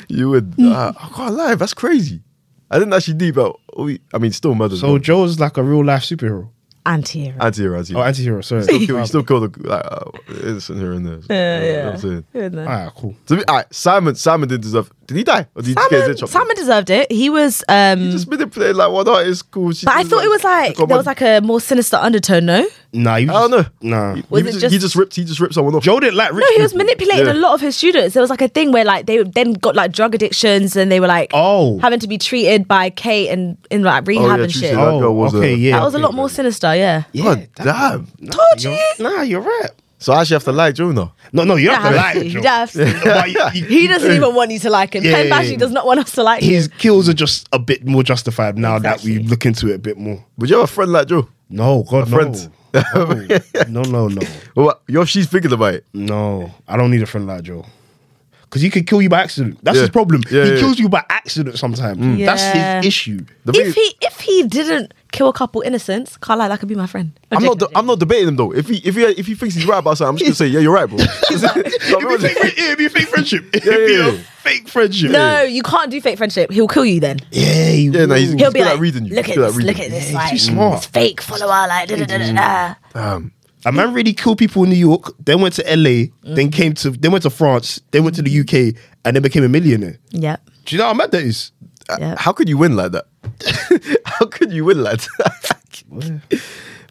Speaker 1: you win.
Speaker 3: Hmm.
Speaker 1: Uh, I can't lie. That's crazy. I didn't actually deep out. Oh, I mean, still murdered.
Speaker 2: So Joe's like a real life superhero.
Speaker 3: Anti-hero.
Speaker 1: anti-hero, anti-hero.
Speaker 2: Oh, anti-hero, sorry.
Speaker 1: Kill- you still kill the like, uh, innocent here and there.
Speaker 3: yeah,
Speaker 1: You know what
Speaker 3: yeah.
Speaker 1: I'm saying?
Speaker 3: Goodness.
Speaker 2: Alright, cool.
Speaker 1: To me, all right, Simon, Simon did deserve. Did he die? Or did he just get
Speaker 3: Salmon,
Speaker 1: his head chopped off?
Speaker 3: Salmon deserved it. He was, um,
Speaker 1: just manipulate like what that is cool. She
Speaker 3: but I
Speaker 1: just,
Speaker 3: thought it was like
Speaker 1: got
Speaker 3: there was
Speaker 1: money.
Speaker 3: like a more sinister undertone. No,
Speaker 2: Nah, you
Speaker 1: I don't know.
Speaker 2: just- Nah.
Speaker 1: He,
Speaker 3: Was
Speaker 1: he
Speaker 3: it
Speaker 1: just, he
Speaker 3: just-
Speaker 1: just ripped he just ripped someone off.
Speaker 2: Joe didn't like rich
Speaker 3: no, he was
Speaker 2: people.
Speaker 3: manipulating
Speaker 1: Yeah.
Speaker 3: a lot of his students. There was like a thing where like they then got like drug addictions and they were like
Speaker 2: Oh.
Speaker 3: having to be treated by Kate and in like rehab
Speaker 1: yeah,
Speaker 3: and
Speaker 1: she
Speaker 3: shit.
Speaker 1: said
Speaker 3: That
Speaker 1: That girl
Speaker 2: Oh,
Speaker 1: was a-
Speaker 2: okay, yeah.
Speaker 3: was a
Speaker 2: okay.
Speaker 3: lot more sinister. Yeah.
Speaker 2: Yeah,
Speaker 1: God
Speaker 2: that-
Speaker 1: damn.
Speaker 2: Nah,
Speaker 3: Told
Speaker 2: you're-
Speaker 3: you.
Speaker 2: Nah, you're right.
Speaker 1: So I actually have to like Jonah.
Speaker 2: No, no, you don't have to
Speaker 3: Yeah,
Speaker 2: lie.
Speaker 3: you
Speaker 2: Joe.
Speaker 3: have to.
Speaker 2: But you- you-
Speaker 3: He doesn't even want you to like him.
Speaker 2: Yeah,
Speaker 3: Pen
Speaker 2: yeah,
Speaker 3: Bashley
Speaker 2: yeah.
Speaker 3: does not want us to like him.
Speaker 2: his kills are just a bit more justified now that
Speaker 3: Exactly.
Speaker 2: we look into it a bit more.
Speaker 1: Would you have a friend like Joe?
Speaker 2: No, God, no.
Speaker 1: friend.
Speaker 2: no, no, no,
Speaker 1: Well, yo, she's thinking about it.
Speaker 2: no. I don't need a friend like Joe. Because he could kill you by accident. That's
Speaker 1: Yeah.
Speaker 2: his problem.
Speaker 1: Yeah,
Speaker 2: he
Speaker 1: yeah.
Speaker 2: kills you by accident sometimes.
Speaker 3: Yeah.
Speaker 2: That's his issue.
Speaker 1: The thing
Speaker 3: if
Speaker 1: is-
Speaker 3: he if he didn't kill a couple innocents, can't lie, that could be my friend.
Speaker 1: I'm
Speaker 3: Okay,
Speaker 1: not.
Speaker 3: okay.
Speaker 1: I'm not debating him though. If he if he if he thinks he's right about something, I'm just gonna say yeah, you're right, bro.
Speaker 2: It'd be, fake, fri- yeah, it'd be fake friendship. It'd
Speaker 1: Yeah,
Speaker 2: be
Speaker 1: yeah,
Speaker 2: a
Speaker 1: yeah.
Speaker 2: fake friendship.
Speaker 3: no, you can't do fake friendship. He'll kill you then.
Speaker 2: Yeah,
Speaker 1: yeah, no, he's, he's
Speaker 3: He'll
Speaker 1: good
Speaker 3: be like,
Speaker 1: at reading you.
Speaker 3: look
Speaker 1: He's
Speaker 3: at
Speaker 1: good
Speaker 3: this, look
Speaker 1: reading.
Speaker 3: at this,
Speaker 2: Yeah,
Speaker 3: like
Speaker 2: he's too smart.
Speaker 3: this fake follower, like da da da da. da.
Speaker 1: Damn.
Speaker 2: A man really killed people in New York, then went to LA, then
Speaker 3: Mm.
Speaker 2: came to then went to France, then went to the UK, and then became a millionaire.
Speaker 3: Yep.
Speaker 2: Do you know how mad that is?
Speaker 3: yep.
Speaker 1: Uh, How could you win like that? How could you win like that?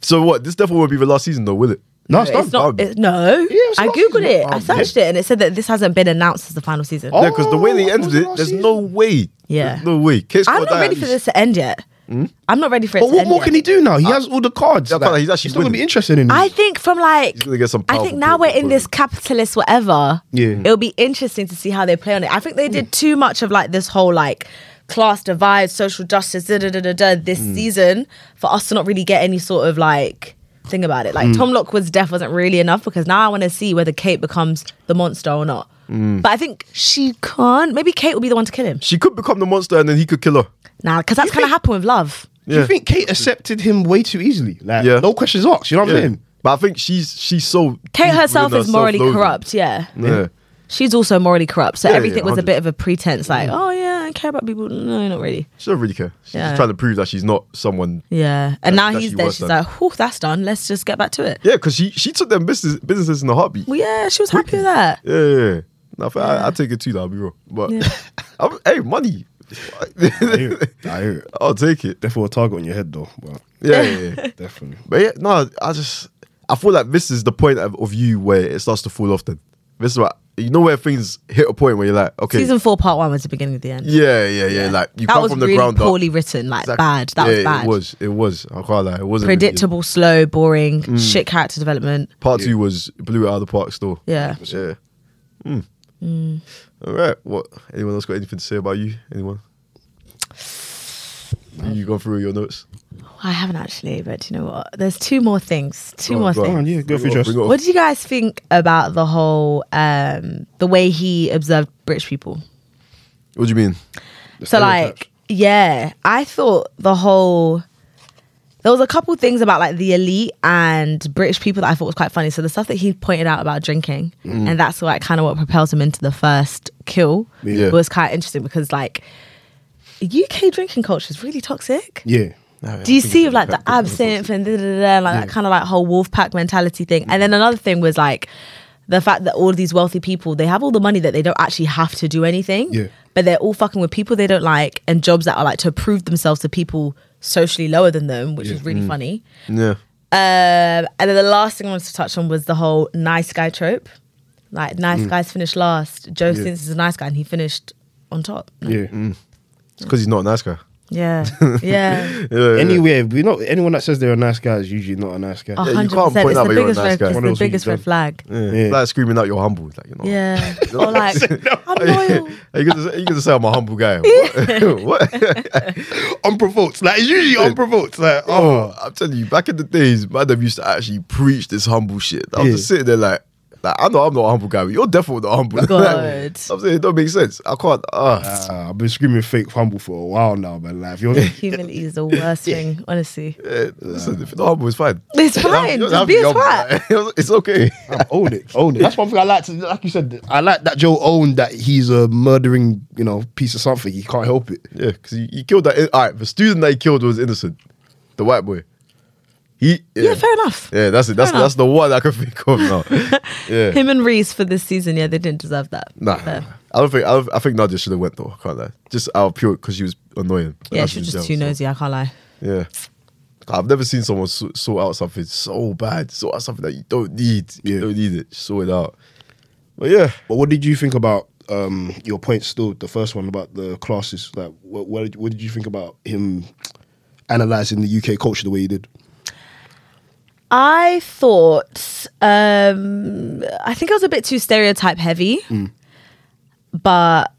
Speaker 1: so what? This definitely won't be the last season though, will it?
Speaker 2: No, it's,
Speaker 3: It's
Speaker 2: not.
Speaker 3: not.
Speaker 1: Barbie.
Speaker 3: It, no,
Speaker 2: it's
Speaker 3: I
Speaker 2: not-
Speaker 3: googled it. I
Speaker 1: Barbie.
Speaker 3: searched it, and it said that this hasn't been announced as the final season.
Speaker 2: Oh,
Speaker 1: Yeah, because the way they
Speaker 2: I
Speaker 1: ended
Speaker 2: thought it
Speaker 1: it,
Speaker 2: was
Speaker 1: there's
Speaker 2: last
Speaker 1: no way.
Speaker 3: Yeah.
Speaker 1: There's no way. Kids
Speaker 3: I'm
Speaker 1: gotta
Speaker 3: not
Speaker 1: die
Speaker 3: ready
Speaker 1: at
Speaker 3: for
Speaker 1: least.
Speaker 3: this to end yet. I'm not ready for it.
Speaker 2: But
Speaker 3: to
Speaker 2: what
Speaker 3: end
Speaker 2: more
Speaker 3: yet.
Speaker 2: can he do now? He has all the cards.
Speaker 1: I can't lie, Uh, he's actually
Speaker 2: it's not gonna be
Speaker 1: winning.
Speaker 2: interesting anymore.
Speaker 3: I think from like
Speaker 1: He's gonna get some
Speaker 3: I think
Speaker 1: powerful
Speaker 3: now we're in
Speaker 1: people.
Speaker 3: this capitalist whatever.
Speaker 2: Yeah.
Speaker 3: It'll be interesting to see how they play on it. I think they did too much of like this whole like class divide, social justice, da da da da da this
Speaker 1: Mm.
Speaker 3: season for us to not really get any sort of like thing about it. Like
Speaker 1: Mm.
Speaker 3: Tom Lockwood's death wasn't really enough because now I want to see whether Kate becomes the monster or not.
Speaker 1: Mm.
Speaker 3: But I think she can't. Maybe Kate will be the one to kill him.
Speaker 1: She could become the monster and then he could kill her.
Speaker 3: Now, because that's kind of happened with love.
Speaker 2: Do you think Kate accepted him way too easily? Like,
Speaker 1: Yeah.
Speaker 2: no questions asked. You know what I'm
Speaker 1: Yeah.
Speaker 2: saying?
Speaker 1: But I think she's she's so
Speaker 3: Kate
Speaker 1: deep
Speaker 3: herself
Speaker 1: within
Speaker 3: is morally
Speaker 1: self-loathing.
Speaker 3: corrupt. Yeah.
Speaker 1: Yeah.
Speaker 3: She's also morally corrupt. So
Speaker 1: Yeah, Mm. yeah,
Speaker 3: everything was a
Speaker 1: 100.
Speaker 3: bit of a pretense, like, oh yeah, and care about people. No, not really.
Speaker 1: She don't really care. She's
Speaker 3: Yeah.
Speaker 1: just trying to prove that she's not someone.
Speaker 3: Yeah. And
Speaker 1: That-
Speaker 3: now
Speaker 1: that's
Speaker 3: he's
Speaker 1: you
Speaker 3: there.
Speaker 1: worse
Speaker 3: She's
Speaker 1: than-
Speaker 3: like, whew, that's done. Let's just get back to it.
Speaker 1: Yeah, because she she took them business, businesses in a heartbeat.
Speaker 3: Well, yeah, she was happy with that.
Speaker 1: Yeah, yeah, yeah. No, I, I, I take it too. Though, I'll be real. But
Speaker 3: Yeah.
Speaker 1: I'm, hey, money.
Speaker 2: I hear it. I hear it.
Speaker 1: I'll take it.
Speaker 2: Definitely a target on your head though. But
Speaker 1: Yeah, yeah, yeah.
Speaker 2: definitely.
Speaker 1: but yeah, no, I just I feel like this is the point of, of you where it starts to fall off. Then this is what you know where things hit a point where you're like, okay,
Speaker 3: Season four, part one was the beginning of the end.
Speaker 1: yeah, yeah, yeah, Like you
Speaker 3: that
Speaker 1: come
Speaker 3: was
Speaker 1: from the
Speaker 3: really
Speaker 1: ground
Speaker 3: poorly
Speaker 1: up.
Speaker 3: written, like
Speaker 1: Exactly.
Speaker 3: bad. That
Speaker 1: Yeah,
Speaker 3: was bad.
Speaker 1: It was. It was. I can't lie. It wasn't really Mm. good.
Speaker 3: Predictable, slow, boring, shit character development.
Speaker 1: Part two was blew it out of the park. Still.
Speaker 3: Yeah.
Speaker 1: Yeah. Mm. All right. What? Anyone else got anything to say about you? Anyone? You gone through your notes?
Speaker 3: I haven't actually, but do you know what? There's two more things. Two
Speaker 1: Go on,
Speaker 3: more
Speaker 1: go on.
Speaker 3: things.
Speaker 2: Oh, yeah, go for
Speaker 1: Bring it
Speaker 2: yours.
Speaker 1: up, bring it up.
Speaker 3: What did you guys think about the whole um the way he observed British people?
Speaker 1: What do you mean?
Speaker 3: so
Speaker 2: stereotypes.
Speaker 3: like yeah i thought the whole there was a couple things about like the elite and british people that i thought was quite funny so the stuff that he pointed out about drinking and that's like kind of what propels him into the first kill
Speaker 1: Yeah.
Speaker 3: was quite interesting because like uk drinking culture is really toxic
Speaker 2: Yeah.
Speaker 3: do you see like the absinthe and da, da, da, da, like that kind of like whole wolf pack mentality thing? And then another thing was like the fact that all of these wealthy people they have all the money that they don't actually have to do anything,
Speaker 2: Yeah.
Speaker 3: but they're all fucking with people they don't like and jobs that are like to prove themselves to people socially lower than them, which is really funny.
Speaker 1: Yeah.
Speaker 3: Um, and then the last thing I wanted to touch on was the whole nice guy trope, like nice guys finish last. Joe Sins is a nice guy and he finished on top.
Speaker 2: Yeah.
Speaker 1: Mm. Because he's not a nice guy.
Speaker 3: Yeah, yeah.
Speaker 1: Yeah, yeah.
Speaker 2: Anyway, we know anyone that says they're a nice guy is usually not a nice guy.
Speaker 3: A
Speaker 1: you can't
Speaker 3: hundred
Speaker 1: point
Speaker 3: percent. It's
Speaker 1: out
Speaker 3: the
Speaker 1: that you're a
Speaker 3: biggest
Speaker 1: nice
Speaker 3: red.
Speaker 1: guy.
Speaker 3: It's
Speaker 2: One of
Speaker 3: the
Speaker 2: those things
Speaker 3: biggest
Speaker 2: you
Speaker 3: red
Speaker 2: don't-
Speaker 3: flag.
Speaker 1: Yeah.
Speaker 2: Yeah.
Speaker 1: Like screaming out you're humble. Like, you know.
Speaker 3: Yeah. or like, I'm loyal.
Speaker 1: Are you gonna say, are you gonna say I'm a humble guy? What? what?
Speaker 2: Unprovoked. Like it's usually unprovoked. Like oh
Speaker 1: Oh, I'm telling you, back in the days, madam used to actually preach this humble shit. I was
Speaker 2: Yeah.
Speaker 1: just sitting there like, like I know I'm not a humble guy, but you're definitely not humble.
Speaker 3: God.
Speaker 1: I'm saying it don't make sense. I can't. Uh,
Speaker 2: Uh, I've been screaming fake humble for a while now, man. Like if you're
Speaker 3: Humility is the worst thing, honestly.
Speaker 1: eh, listen, if you're not humble, it's fine.
Speaker 3: It's
Speaker 1: You don't- you
Speaker 3: fine.
Speaker 1: don't
Speaker 3: Just
Speaker 1: have
Speaker 3: be
Speaker 1: to
Speaker 3: a twat.
Speaker 1: humble. it's okay.
Speaker 2: Fam, own it, own it. That's one thing I like. To, like you said, I like that Joe owned that he's a murdering, you know, piece of something. He can't help it.
Speaker 1: Yeah, because he, he killed that. in- All right, the student that he killed was innocent, the white boy. He
Speaker 3: Yeah, fair enough.
Speaker 1: Yeah, that's it. That's
Speaker 3: Fair
Speaker 1: that's the one I can think of now. yeah,
Speaker 3: Him and Reese for this season, yeah, they didn't deserve that.
Speaker 1: nah.
Speaker 3: Fair.
Speaker 1: I don't think I, don't, I think Nadia should have went though. I can't lie. Just out of pure because she was annoying.
Speaker 3: Yeah,
Speaker 1: That's
Speaker 3: she
Speaker 1: what
Speaker 3: was
Speaker 1: she
Speaker 3: just
Speaker 1: did,
Speaker 3: too nosy, I can't lie.
Speaker 1: so, Yeah, I've never seen someone so- sort out something so bad, sort out something that you don't need. You
Speaker 2: Yeah.
Speaker 1: don't need it. Sort it out. But yeah,
Speaker 2: But what did you think about um, your point? Still, the first one about the classes. Like, what, what, did, what did you think about him analyzing the UK culture the way he did?
Speaker 3: I thought, um, I think I was a bit too stereotype heavy,
Speaker 1: Mm.
Speaker 3: but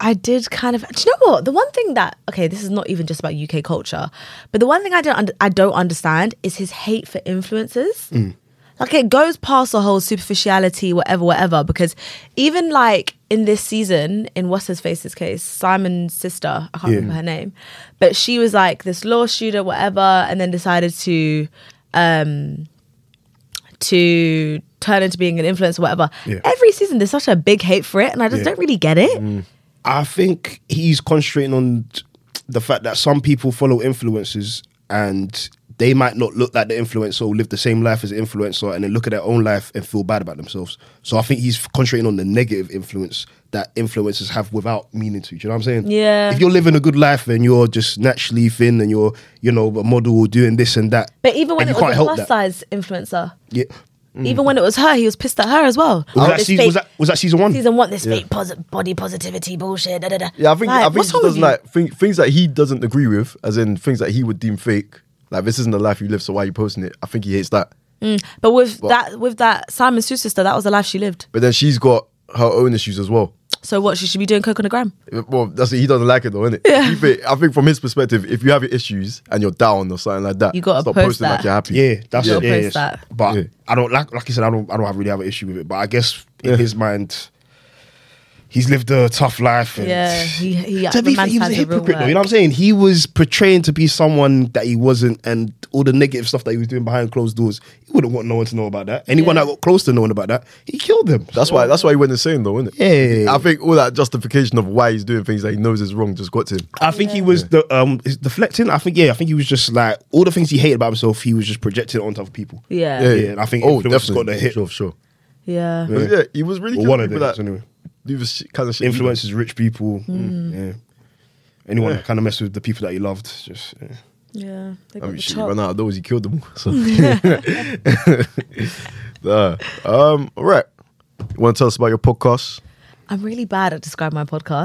Speaker 3: I did kind of. Do you know what? The one thing that okay, this is not even just about UK culture, but the one thing I don't under, I don't understand is his hate for influencers.
Speaker 2: Mm.
Speaker 3: Like it goes past the whole superficiality, whatever, whatever. Because even like in this season, in what's his face's case, Simon's sister, I can't remember her name, but she was like this law student, whatever, and then decided to um, to turn into being an influencer, whatever.
Speaker 2: Yeah.
Speaker 3: Every season, there's such a big hate for it, and I just
Speaker 2: Yeah. Mm.
Speaker 3: don't really get it.
Speaker 2: I think he's concentrating on t- the fact that some people follow influencers and they might not look like the influencer or live the same life as the influencer and then look at their own life and feel bad about themselves. So I think he's concentrating on the negative influence that influencers have without meaning to. Do you know what I'm saying?
Speaker 3: Yeah.
Speaker 2: If you're living a good life and you're just naturally thin and you're, you know, a model doing this and that.
Speaker 3: But even when
Speaker 2: and
Speaker 3: it
Speaker 2: you
Speaker 3: was
Speaker 2: can't
Speaker 3: a
Speaker 2: help
Speaker 3: plus
Speaker 2: that.
Speaker 3: size influencer,
Speaker 2: Yeah.
Speaker 3: even when it was her, he was pissed at her as well.
Speaker 2: Was,
Speaker 3: Oh,
Speaker 2: that
Speaker 3: this
Speaker 2: season, was,
Speaker 3: fake-
Speaker 2: that, was that season one?
Speaker 3: season one? This fake posi- body positivity bullshit. Da, da, da.
Speaker 1: yeah. I think
Speaker 3: Like,
Speaker 1: I think
Speaker 3: what's
Speaker 1: he
Speaker 3: wrong
Speaker 1: does
Speaker 3: with you?
Speaker 1: like think, things that he doesn't agree with, as in things that he would deem fake. Like this isn't the life you live, so why are you posting it? I think he hates that.
Speaker 3: But with that, with that Simon Sue sister, that was the life she lived.
Speaker 1: But then she's got her own issues as well.
Speaker 3: So what? She should be doing coke on the gram.
Speaker 1: Well, that's it. He doesn't like it though, innit? Yeah. I think from his perspective, if you have your issues and you're down or something like that,
Speaker 3: You gotta
Speaker 1: stop
Speaker 3: post
Speaker 1: posting
Speaker 3: that.
Speaker 1: like you're happy.
Speaker 2: Yeah, that's
Speaker 3: Yeah.
Speaker 2: yeah.
Speaker 3: Gotta
Speaker 2: yeah,
Speaker 3: post that.
Speaker 2: But
Speaker 1: Yeah.
Speaker 2: I don't like, like you said, I don't, I don't have really have an issue with it. But I guess in
Speaker 1: Yeah.
Speaker 2: his mind, he's lived a tough life. And
Speaker 3: Yeah, he- he- the
Speaker 2: to be fair,
Speaker 3: man's
Speaker 2: he was a
Speaker 3: hands are real
Speaker 2: hypocrite though.
Speaker 3: work.
Speaker 2: You know what I'm saying? He was portraying to be someone that he wasn't, and all the negative stuff that he was doing behind closed doors. He wouldn't want no one to know about that. Anyone that got close to knowing about that, he killed them.
Speaker 1: That's why. That's why he went insane, though, isn't it?
Speaker 2: Yeah.
Speaker 1: I think all that justification of why he's doing things that he knows is wrong just got to him.
Speaker 2: I think he was the um is deflecting. I think yeah, I think he was just like all the things he hated about himself. He was just projecting it onto other people.
Speaker 3: Yeah.
Speaker 2: yeah. and I think
Speaker 1: oh,
Speaker 2: influence
Speaker 1: definitely.
Speaker 2: got the hit.
Speaker 1: Sure, sure.
Speaker 3: Yeah.
Speaker 1: But Yeah, he was really
Speaker 2: Well,
Speaker 1: killing
Speaker 2: one of
Speaker 1: people
Speaker 2: them
Speaker 1: that
Speaker 2: anyway.
Speaker 1: He was sh- kind of shit.
Speaker 2: Influences rich people. Yeah. Anyone that kind of messed with the people that he loved. Just yeah.
Speaker 3: Yeah. They
Speaker 1: I
Speaker 3: got
Speaker 1: mean,
Speaker 3: the
Speaker 1: shit, he
Speaker 3: chop.
Speaker 1: ran out of those. He killed them all. So. Nah. um, all right. Want to tell us about your podcast?
Speaker 3: I'm really bad at describing my podcast.